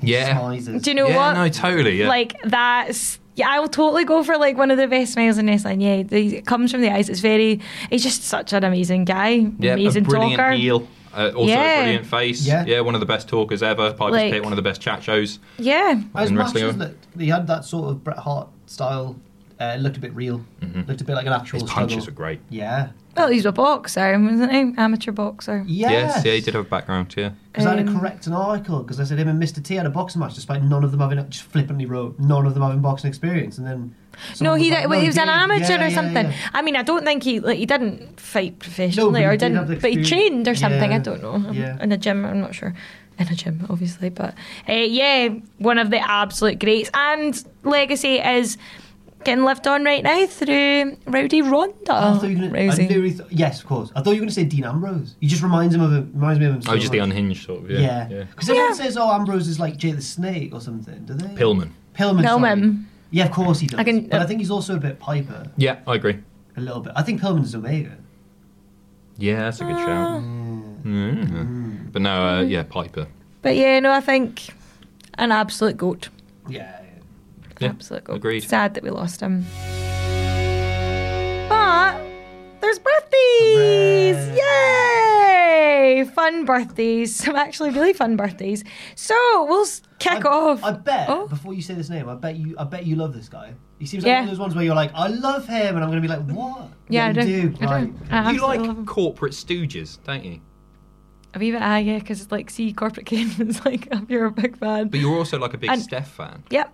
tremendously. Yeah. Sizes. Do you know yeah, what? no, totally. Yeah. Like that's. Yeah, I will totally go for like one of the best smiles in wrestling. Yeah, the- it comes from the eyes. It's very. He's just such an amazing guy. yeah, amazing a brilliant talker. heel. Uh, also Yeah. a brilliant face. Yeah. one of the best talkers ever. Piper's Like- Pit, one of the best chat shows. Yeah. As in much wrestling as ever. looked, he had that sort of Bret Hart style. Uh, looked a bit real. Looked a bit like an actual Mm-hmm. His punches were struggle. great. Yeah. Well, he's a boxer, wasn't he? Amateur boxer. Yes. Yes, yeah, he did have a background. Yeah. Because I had Um, to correct an article because I said him and Mr T had a boxing match despite none of them having just flippantly wrote none of them having boxing experience and then No, someone he, like, did- he was an did. amateur Yeah, or yeah, something. yeah. I mean, I don't think he like, he didn't fight professionally he or did didn't, have the but he experience. trained or something. I Yeah. don't know. Um, Yeah. In a gym, I'm not sure. In a gym, obviously, but uh, yeah, one of the absolute greats and legacy is getting lived on right now through Rowdy Ronda. I thought you were gonna, I Rousey. literally thought- yes, of course. I thought you were going to say Dean Ambrose. He just reminds him of him, reminds me of him. Oh, just the much. unhinged sort of. Yeah. Yeah, because everyone says, "Oh, Ambrose is like Jay the Snake or something." Do they? Pillman. Pillman. Pillman. sorry. Yeah, of course he does. um, I can- uh, but I think he's also a bit Piper, Yeah, I agree. a little bit. I think Pillman's Omega. Yeah, that's a Ah. good shout. Mm. But no, Mm-hmm. uh, yeah, Piper. But yeah, no, I think an absolute goat. Yeah. yeah. Yeah, Absolute goat. Agreed. Sad that we lost him. But there's birthdays! Yay! Fun birthdays. Some actually really fun birthdays. So we'll s- kick I, off. I bet Oh. before you say this name, I bet you, I bet you love this guy. He seems like Yeah. one of those ones where you're like, "I love him," and I'm going to be like, "What?" Yeah, I you do. I do. Uh-huh. do. Right. I okay. you absolutely like love him. corporate stooges, don't you? A wee bit, ah, yeah, because like, see, corporate Cayman's like, you're a big fan. But you're also like a big And- Steph fan. yep.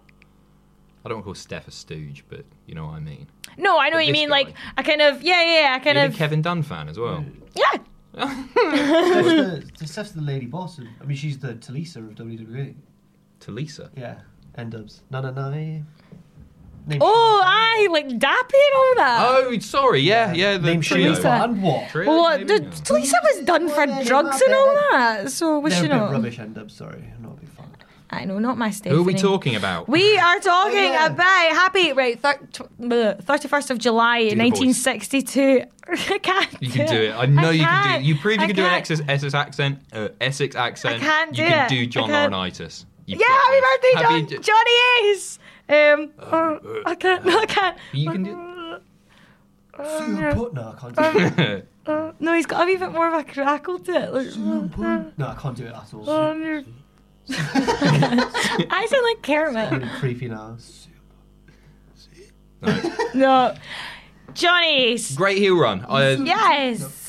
I don't call Steph a stooge, but you know what I mean. No, I know But what you this mean. guy. Like, I kind of, yeah, yeah, yeah, I kind You're a of, big Kevin Dunn fan as well. yeah. Steph's the, Steph's the lady boss. Of, I mean, she's the Talisa of WWE. Talisa. Yeah. End ups. Na na na. Name Oh, aye, like Dappy and all that. Oh, sorry. Yeah, yeah. the Name trio. Talisa. And what? Trio, well, what, maybe? the, Lisa was done for Well, drugs they're and all not that, so was They're she a bit not? rubbish end ups. Sorry, I'm not a big fan. I know, not my Stephanie. Who are we talking about? We are talking Oh, yeah. about happy right thir- tw- bleh, 31st of July the voice. 1962. I can't. You can do it. I know you can can't. do. You proved you I can do an can't. Essex, Essex accent, uh, Essex accent. can't do You can it. I do John can't. Laurinaitis. You've Yeah, got happy this. birthday, John, Happy uh, J- oh, Johnny Ace. Um, oh, I can't. No, I can't. You can do. Oh, Susan Putner, I can't do it. Uh, no, he's got a wee bit more of a crackle to it. Like, Susan Putner. No, I can't do it at all. It's um, you're- I sound like Kermit. really creepy now. Susan- No. Johnny's. Great heel run. I, Yes.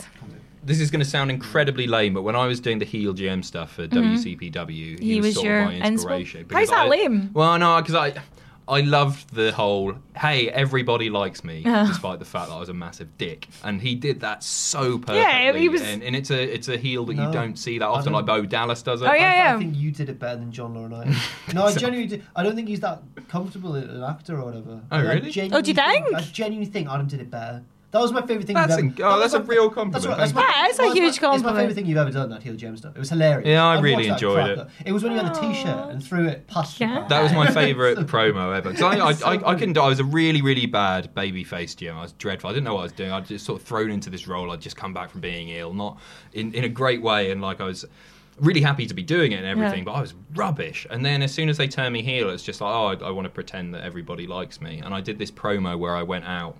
This is going to sound incredibly lame, but when I was doing the heel GM stuff for WCPW, he, Mm-hmm. He was, was sort your of my inspo- inspiration. How's because that I- lame? Well, no, because I, I loved the whole "Hey, everybody likes me," Uh-huh. despite the fact that I was a massive dick, and he did that so perfectly. was- and, and it's a it's a heel that you No, don't see that often, like don't- Bo Dallas does it. Oh, yeah, I, yeah. I think you did it better than John Laurinaitis. No, I genuinely. Do, I don't think he's that comfortable as an actor or whatever. Oh, I really? genuinely Oh, do you think? I genuinely think Adam did it better. That was my favorite thing. That's you've in- ever, oh, that was that's a my- real That's, compliment. right, that's Thank my, you. Yeah, it's a that's my- huge It's compliment. my favorite thing you've ever done. That heel gem stuff. It was hilarious. Yeah, I I've really watched that enjoyed crap. It was when you had the t-shirt and threw it past. Yeah. Yeah. That was my favourite promo ever. 'Cause I, I, I, I couldn't. do- I was a really, really bad baby face GM. I was dreadful. I didn't know what I was doing. I was just sort of thrown into this role. I'd just come back from being ill, not in, in a great way, and like I was really happy to be doing it and everything, but I was rubbish. And then as soon as they turn me heel, it's just like, oh, I, I want to pretend that everybody likes me. And I did this promo where I went out,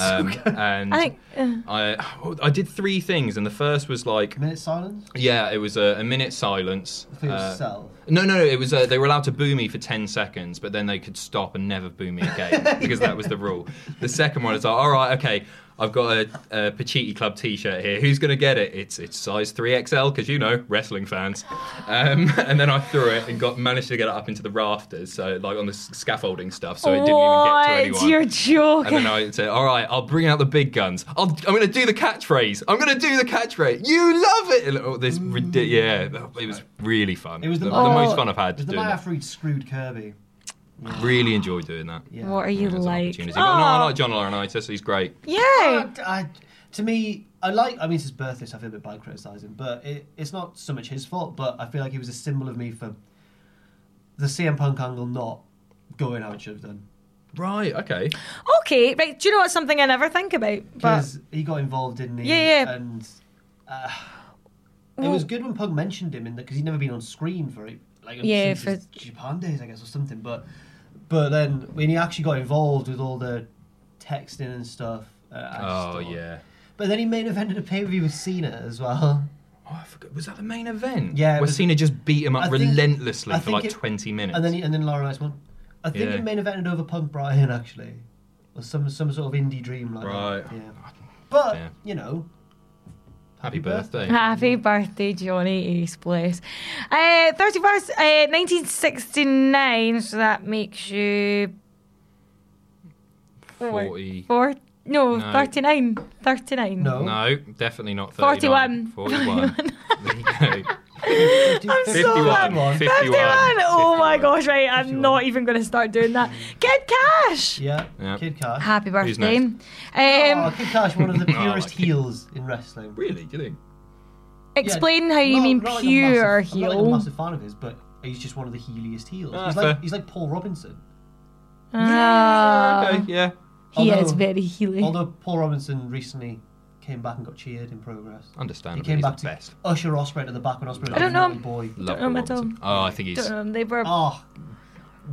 um, and I think. uh, I, I did three things, and the first was like, Minute silence yeah, it was a, a minute silence. for uh, yourself. no, no, no. It was uh, they were allowed to boo me for ten seconds, but then they could stop and never boo me again because that was the rule. The second one is like, all right, okay, I've got a, a Pachiti Club T-shirt here. Who's gonna get it? It's it's size three XL because you know wrestling fans. Um, and then I threw it and got managed to get it up into the rafters, so like on the s- scaffolding stuff, so it didn't even get what? to anyone. You're joking. And then I said, "All right, I'll bring out the big guns. I'll, I'm going to do the catchphrase. I'm going to do the catchphrase. You love it." And, oh, this ridi- yeah, it was really fun. Mm. It was the, Oh. most fun I've had It was the doing night that. after he'd screwed Kirby. Really enjoyed doing that. Yeah. What are you There's an like? opportunity. But no, I like John Laurinaitis. He's great. Yeah. I, I- uh, to me, I like. I mean, it's his birthday, so I feel a bit bad criticising, but it, it's not so much his fault. But I feel like he was a symbol of me for the CM Punk angle not going how it should have done Right. Okay. Okay. Right. Do you know what's something I never think about? But because he got involved, didn't he? Yeah, yeah. And uh, it was good when Punk mentioned him in that because he'd never been on screen for it, like Yeah, since for- his Japan days, I guess, or something. But but then when he actually got involved with all the texting and stuff. Uh, I just Oh thought- yeah. But then he main evented a pay per view with Cena as well. Oh, I forgot. Was that the main event? Yeah, it Where was- Cena just beat him up I think- relentlessly I for think like it- 20 minutes. And then and then Laura Rice won. I think Yeah. it main evented over Punk Bryan actually, or some some sort of indie dream like Right. that. Yeah. But Yeah. you know, Happy birthday. happy birthday, Johnny Ace Bliss. Uh, 31st, uh, 1969. So that makes you. oh my- 40. Four, no, No. 39. 39. no. No, definitely not 41. 39. 41. there you go. Fifty- bad. 51. 51. Oh my 51. gosh, right. I'm 51. not even going to start doing that. Get cash. Yeah. Yeah. Kid Cash. Happy Who's birthday. Um, next? oh, Kid Cash, one of the I purest like Kid- heels in wrestling. Really? Do you think? explain how you Not- mean not like a pure massive- heel. I'm not like a massive fan of his, but he's just one of the heeliest heels. Ah, he's fair. like he's like Paul Robinson. Ah. Uh, okay. Yeah. He Although- is very healing. Although Paul Robinson recently came back and got cheered in progress. He Understandably, came he's back the to best. usher Osprey to the back when Osprey was I don't a know naughty boy. Love know him Paul at all. Robinson. Oh, I think he's um, Don't know, Um, they were. Oh,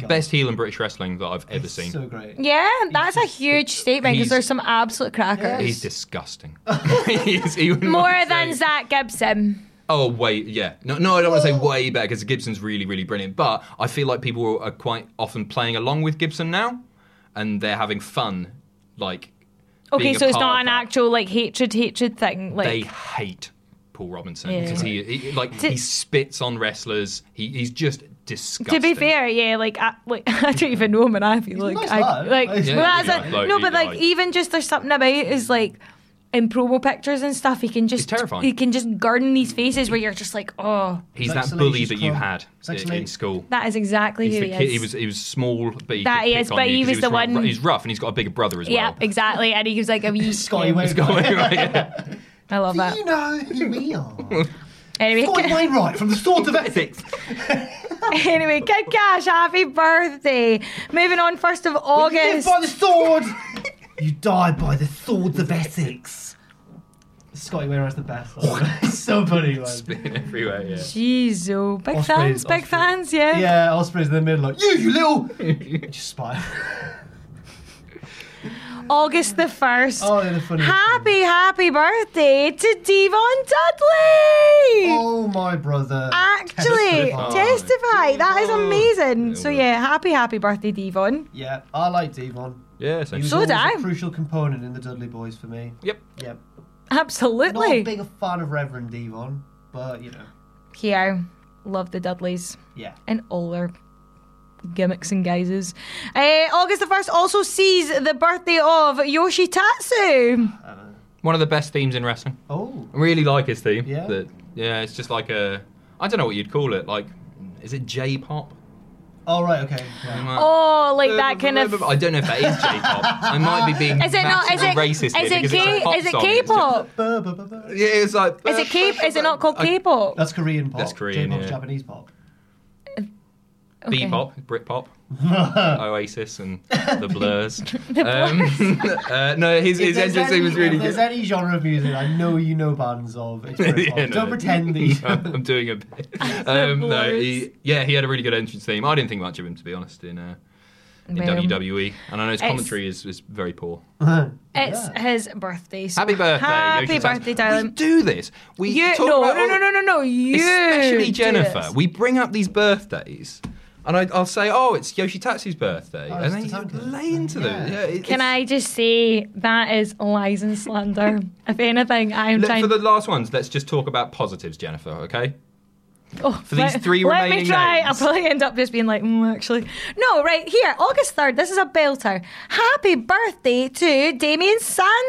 best heel in British wrestling that I've ever seen. so great. yeah, that's a huge statement because he's- there's some absolute crackers. He's disgusting. He's even More like than saying- Zach Gibson. Oh wait, yeah. No, no, I don't want to say Oh. way better because Gibson's really, really brilliant. But I feel like people are quite often playing along with Gibson now, and they're having fun. Like, Okay, being a so it's part not of an that. actual like hatred, hatred thing. Like, They hate Paul Robinson because he, he, like, he spits on wrestlers. He, he's just disgusting. to be fair, yeah, like I, like I don't even know him, and I feel a like nice I lad. like Yeah, well, he's that's a it. nice bloke, no, he's but like nice. even just there's something about it is like in promo pictures and stuff, he can just terrifying. he can just garden these faces where you're just like, oh, he's It's like that bully Salacious that you Crumb. had It's like in- in Salacious- school. that is exactly He's who the he kid- is. he was he was small, but he That could he pick is, on but you he 'cause was the ru- ru- one- He's rough and he's got a big brother as yeah, well. exactly, and he gives like a wee. Scotty Wayne. Right, yeah. I love that. You know who we are. Anyway, Scotty Wainwright from the Swords of Essex. anyway, Kid Cash, happy birthday. Moving on, first of You live August. by the sword. you die by the Swords of Essex. Scotty Wainwright's the best. It's so funny, man. everywhere. Yeah. Jeez, oh, big Ospreys, fans, big Ospreys. fans, yeah. Yeah, Osprey's in the middle, like, you, you little. Just spy. August the 1st. Oh, they're the funniest Happy, happy birthday to Devon Dudley! Oh my brother. Actually, Testify. testify. That is amazing. So yeah, happy, happy birthday, Devon. Yeah, I like Devon. Yeah, He so. was So always did a I. crucial component in the Dudley Boys for me. Yep. Yep. Not a Absolutely. big fan of Reverend Devon, but you know, Here, love the Dudleys. yeah. and all their gimmicks and guises. Uh, August the 1st also sees the birthday of Yoshitatsu. One of the best themes in wrestling. Oh, I really like his theme. Yeah? That, yeah, it's just like a. I don't know what you'd call it. Like, is it J-pop? all right, okay. yeah. Oh, like that kind of. I don't know if that is J-pop. I might be being Is it not? Is it, racist. is here it, because K, it's a pop is it song. It's K-pop? Ba, ba, ba, ba. just- Yeah, it's like. Is it K? Is it not called K-pop? That's Korean pop. That's Korean, J-pop's yeah. Japanese pop. Bebop, Britpop, Oasis, and the Blurs. um, uh, no, his, his there's entrance any- theme was really If there's good. any genre of music I know you know bands of, it's Britpop. Yeah, no. Don't pretend that you No, I'm doing a bit. Um, no, he, yeah, he had a really good entrance theme. I didn't think much of him, to be honest, in, uh, in Well, WWE. And I know his it's- commentary is, is very poor. It's his birthday. so Happy birthday. Happy Yoshi birthday, Tyson. darling. We do this. We You, talk no, about no, all- no, no, no, no. You Especially do Jennifer. it. We bring up these birthdays. And I, I'll say, oh, it's Yoshitatsu's birthday. Oh, and it's then Tatanka's. you lay into them. Yeah. Yeah, it- Can it's- I just say that is lies and slander? if anything, I am Let- trying. for the last ones, let's just talk about positives, Jennifer, okay? Oh, for these let- three let me remaining try. names. I'll probably end up just being like, mm, actually, no. Right here, August third. This is a belter. Happy birthday to Damien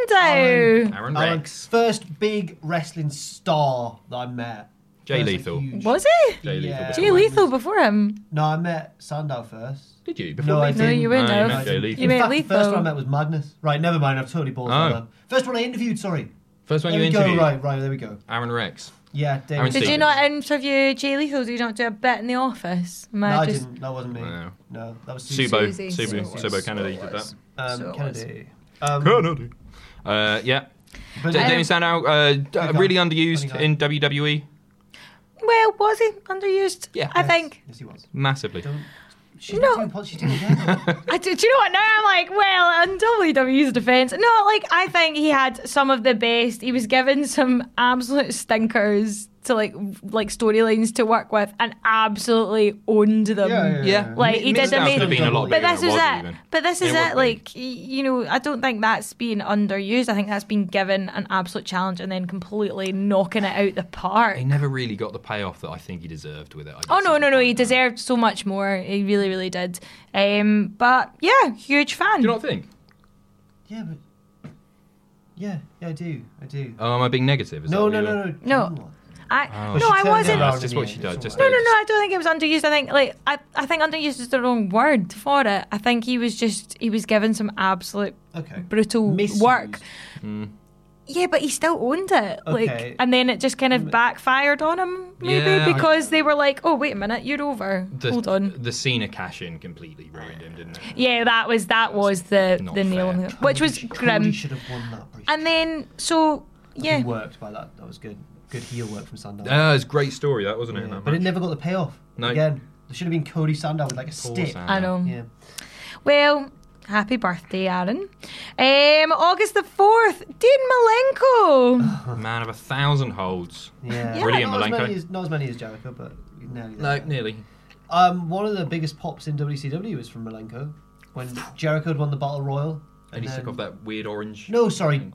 Sandow. Aaron Alan's Rex. first big wrestling star that I met. Jay First Lethal. huge- Was he Jay Lethal. Yeah. before Jay mine. Lethal before him? No, I met Sandow first. Did you? Before No, I Lethal? didn't. No, you wouldn't No, you have. met Jay Lethal. You met In fact, the Lethal. First one I met was Madness. Right, never mind. I've totally balls Oh. that up. First one I interviewed. Sorry. First one there you we interviewed. go. Right, right. There we go. Aaron Rex. Yeah, Aaron David. Did you Stevens. not interview Jay Lethal? Did you not do a bit in the office? Am No, I just- didn't. That wasn't me. No. No, that was Susie. Subo. Susie. Subo. Subo. Subo Kennedy did that. Um, So it Kennedy. Um, Kennedy. Uh, yeah. but- D- Damien Sandow, uh, d- guy. really Funny underused guy. in E WWE. Well, was he underused? Yeah. I Yes, think. Yes, he was. Massively. She's No. not doing pod- she's doing again. I do, do you know what? Now I'm like, well, in WWE's defense, no, like I think he had some of the best. He was given some absolute stinkers to like like storylines to work with, and absolutely owned them. Yeah. Like, he Mixed did out amazing- could have been a lot But bigger this than is it was it. even. But this is It it. was big. Like y- you know, I don't think that's being underused. I think that's been given an absolute challenge and then completely knocking it out the park. He never really got the payoff that I think he deserved with it. I Oh guess no, is no, the no! point. He deserved so much more. He really, really did. Um, but yeah, huge fan. Do you not think? Yeah, but yeah, yeah, I do, I do. Oh, am I being negative? Is no, that no, what no, you- No. no, no. I Oh. no, She I turned it wasn't. around That's just in the what she end, did, it's just all No, right. no, no. I don't think it was underused. I think like I, I think underused is the wrong word for it. I think he was just he was given some absolute Okay. brutal Misused. work. Yeah, but he still owned it. Okay. Like, and then it just kind of backfired on him, maybe Yeah, I- because they were like, "Oh, wait a minute, you're over. The, Hold on." The Cena cash in completely ruined him, didn't it? Yeah, that was that was the not the nail, fair. in the- which was Cody grim. should have won that. Bruce. And then so yeah, He worked by that. That was good. Good heel work from Sandow. Ah, it's a great story, that wasn't it? Yeah, that but it match? never got the payoff. No. Again, there should have been Cody Sandow with like a Poor stick. Sandow. I know. Yeah. Well, happy birthday, Aaron. Um, August the 4th, Dean Malenko. Man of a thousand holds. Yeah. Brilliant, not, as many Malenko. as, not as many as Jericho, but nearly. there. No, nearly. Um, one of the biggest pops in WCW was from Malenko when Jericho had won the Battle Royal. And he took then- off that weird orange. No, sorry.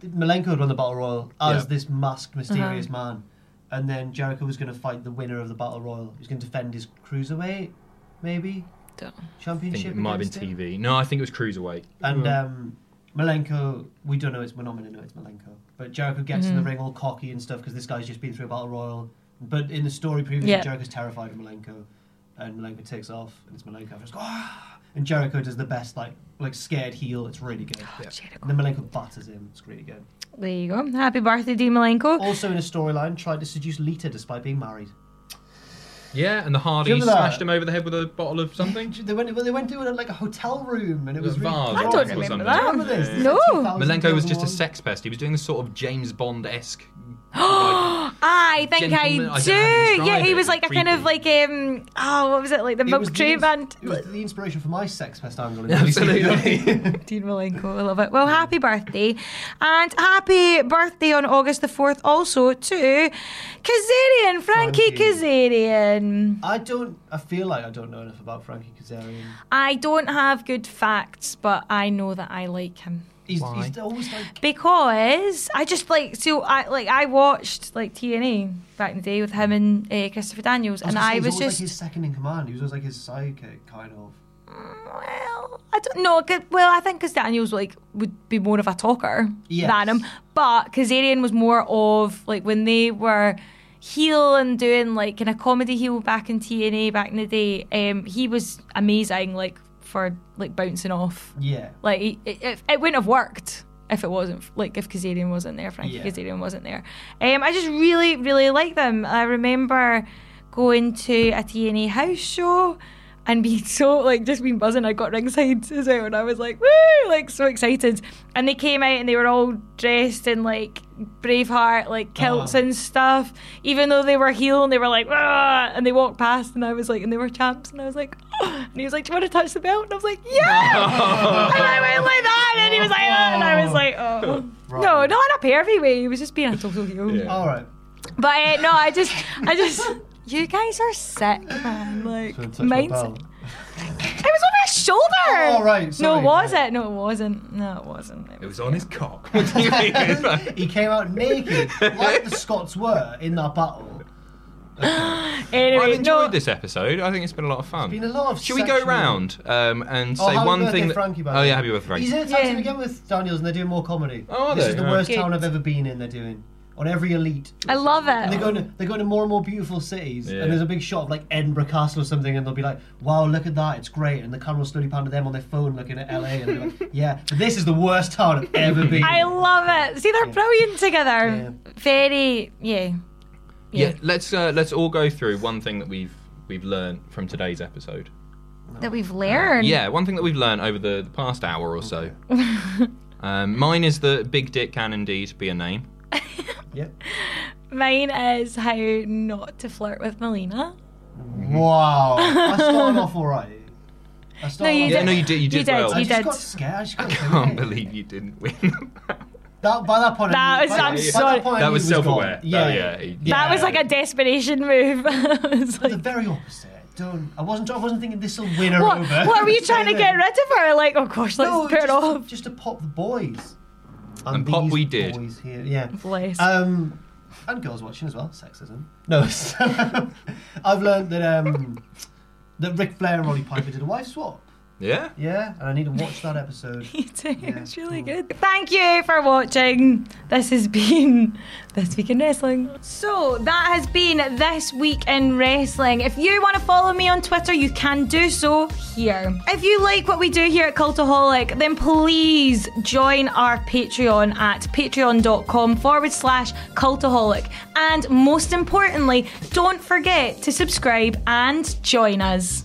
Malenko had won the Battle Royal as Yeah. this masked, mysterious man. And then Jericho was going to fight the winner of the Battle Royal. He was going to defend his cruiserweight, maybe? Don't- I Championship? think it might have against been him? TV. No, I think it was Cruiserweight. And um, Malenko, we don't know, it's, we're not going to know it's Malenko. But Jericho gets Hmm. in the ring all cocky and stuff because this guy's just been through a Battle Royal. But in the story previously, Yeah. Jericho's terrified of Malenko. And Malenko takes off, and it's Malenko. And, just go, "Ah!" and Jericho does the best, like, like scared heel. It's really good. Oh, Jericho. And then Malenko batters him. It's really good. There you go. Oh, Happy birthday, Dean Malenko. Also in a storyline, tried to seduce Lita despite being married. Yeah, and the Do you Hardy remember that? smashed him over the head with a bottle of something. They went, well, they went to like a hotel room and it was A really vase dark. I or don't something. remember Do you that. remember this? This is No. 2000, Malenko was just a 2001. sex pest. He was doing this sort of James Bond esque. like, I think I Gentleman- do. I don't know how to describe yeah, he it. was like a kind of like um oh what was it like the It was milk the tray ins- band. It was the inspiration for my sex pest angle. in absolutely. Dean Malenko, I love it. Well, happy birthday. And happy birthday on August the 4th also to Kazarian, Frankie Frankie. Kazarian. I don't. I feel like I don't know enough about Frankie Kazarian. I don't have good facts, but I know that I like him. He's, he's always like. Because I just like so I like I watched like TNA back in the day with him and uh, Christopher Daniels, and gonna say, I he's was always just like his second in command. He was always like his sidekick, kind of. Well, I don't know. 'cause- Well, I think because Daniel's like would be more of a talker Yes. than him, but Kazarian was more of like when they were heel and doing like kind of comedy heel back in TNA back in the day. Um, he was amazing, like for like bouncing off. Yeah. Like he- it, it, it wouldn't have worked if it wasn't like if Kazarian wasn't there, Frankie Yeah. Kazarian wasn't there. Um, I just really, really like them. I remember going to a TNA house show and being so like just being buzzing. I got ringside as well, and I was like, woo, like so excited. And they came out and they were all dressed in like Braveheart like kilts and stuff, even though they were heel and they were like, "Ah," and they walked past, and I was like, and they were champs, and I was like, "Oh." and he was like, do you want to touch the belt? And I was like, yeah. And I went like that, and he was like, "Ah," and I was like, oh. No, not in a pervy way. He was just being a total heel. All right. But uh, no, I just, I just, you guys are sick, man. Like, Don't touch my mine's. bell. It was over his shoulder. Oh, right, no, sorry, was right. it? No, it wasn't. No, it wasn't. It it was- was on his cock. What do you mean? He came out naked, like the Scots were in that battle. Anyway, I've no. enjoyed this episode. I think it's been a lot of fun. Been a lot of Should we go sexual- round um, and Oh, say happy one birthday, thing? That... Frankie, by the oh way. yeah, happy birthday, Frankie. He's in a town Yeah. to begin with, Daniels, and they're doing more comedy. Oh, are this they? is the Alright. worst Good. town I've ever been in. They're doing on every elite. I love And they're it. going to they're going to more and more beautiful cities, Yeah. and there's a big shot of like Edinburgh Castle or something, and they'll be like, "Wow, look at that, it's great!" And the camera will slowly pan to them on their phone, looking at LA, and they're like, "Yeah, but this is the worst town I've ever been." I in." love it. See, they're brilliant together. Very, yeah. Yeah, let's uh, let's all go through one thing that we've we've learned from today's episode. That we've learned. Yeah, one thing that we've learned over the, the past hour or so. um, mine is that big dick can indeed be a name. Yep. Mine is how not to flirt with Melina. Wow, I started off alright. I started you off- did. Yeah, no, you did. You did, did, well. I you just did. got scared. I just got I can't believe you didn't win. That by that point, That I knew, was- by, I'm by sorry. That, point, I That knew was it self-aware. gone. Yeah, Oh, yeah. That was like a desperation move. I was the like, very opposite. Don't. I wasn't. I wasn't thinking this will win her what, over. what were you trying to get Anyway. rid of her? Like, oh gosh, let's No, put just, it off. just to pop the boys. And pop these we did. Boys here, yeah. Bless. Um, and girls watching as well. Sexism. No. so- I've learned that um, that Ric Flair and Roddy Piper did a wife swap. yeah. Yeah, and I need to watch that episode. Me too. it's really good. Thank you for watching. This has been This Week in Wrestling. So, that has been This Week in Wrestling. If you want to follow me on Twitter, you can do so here. If you like what we do here at Cultaholic, then please join our Patreon at patreon.com forward slash cultaholic. And most importantly, don't forget to subscribe and join us.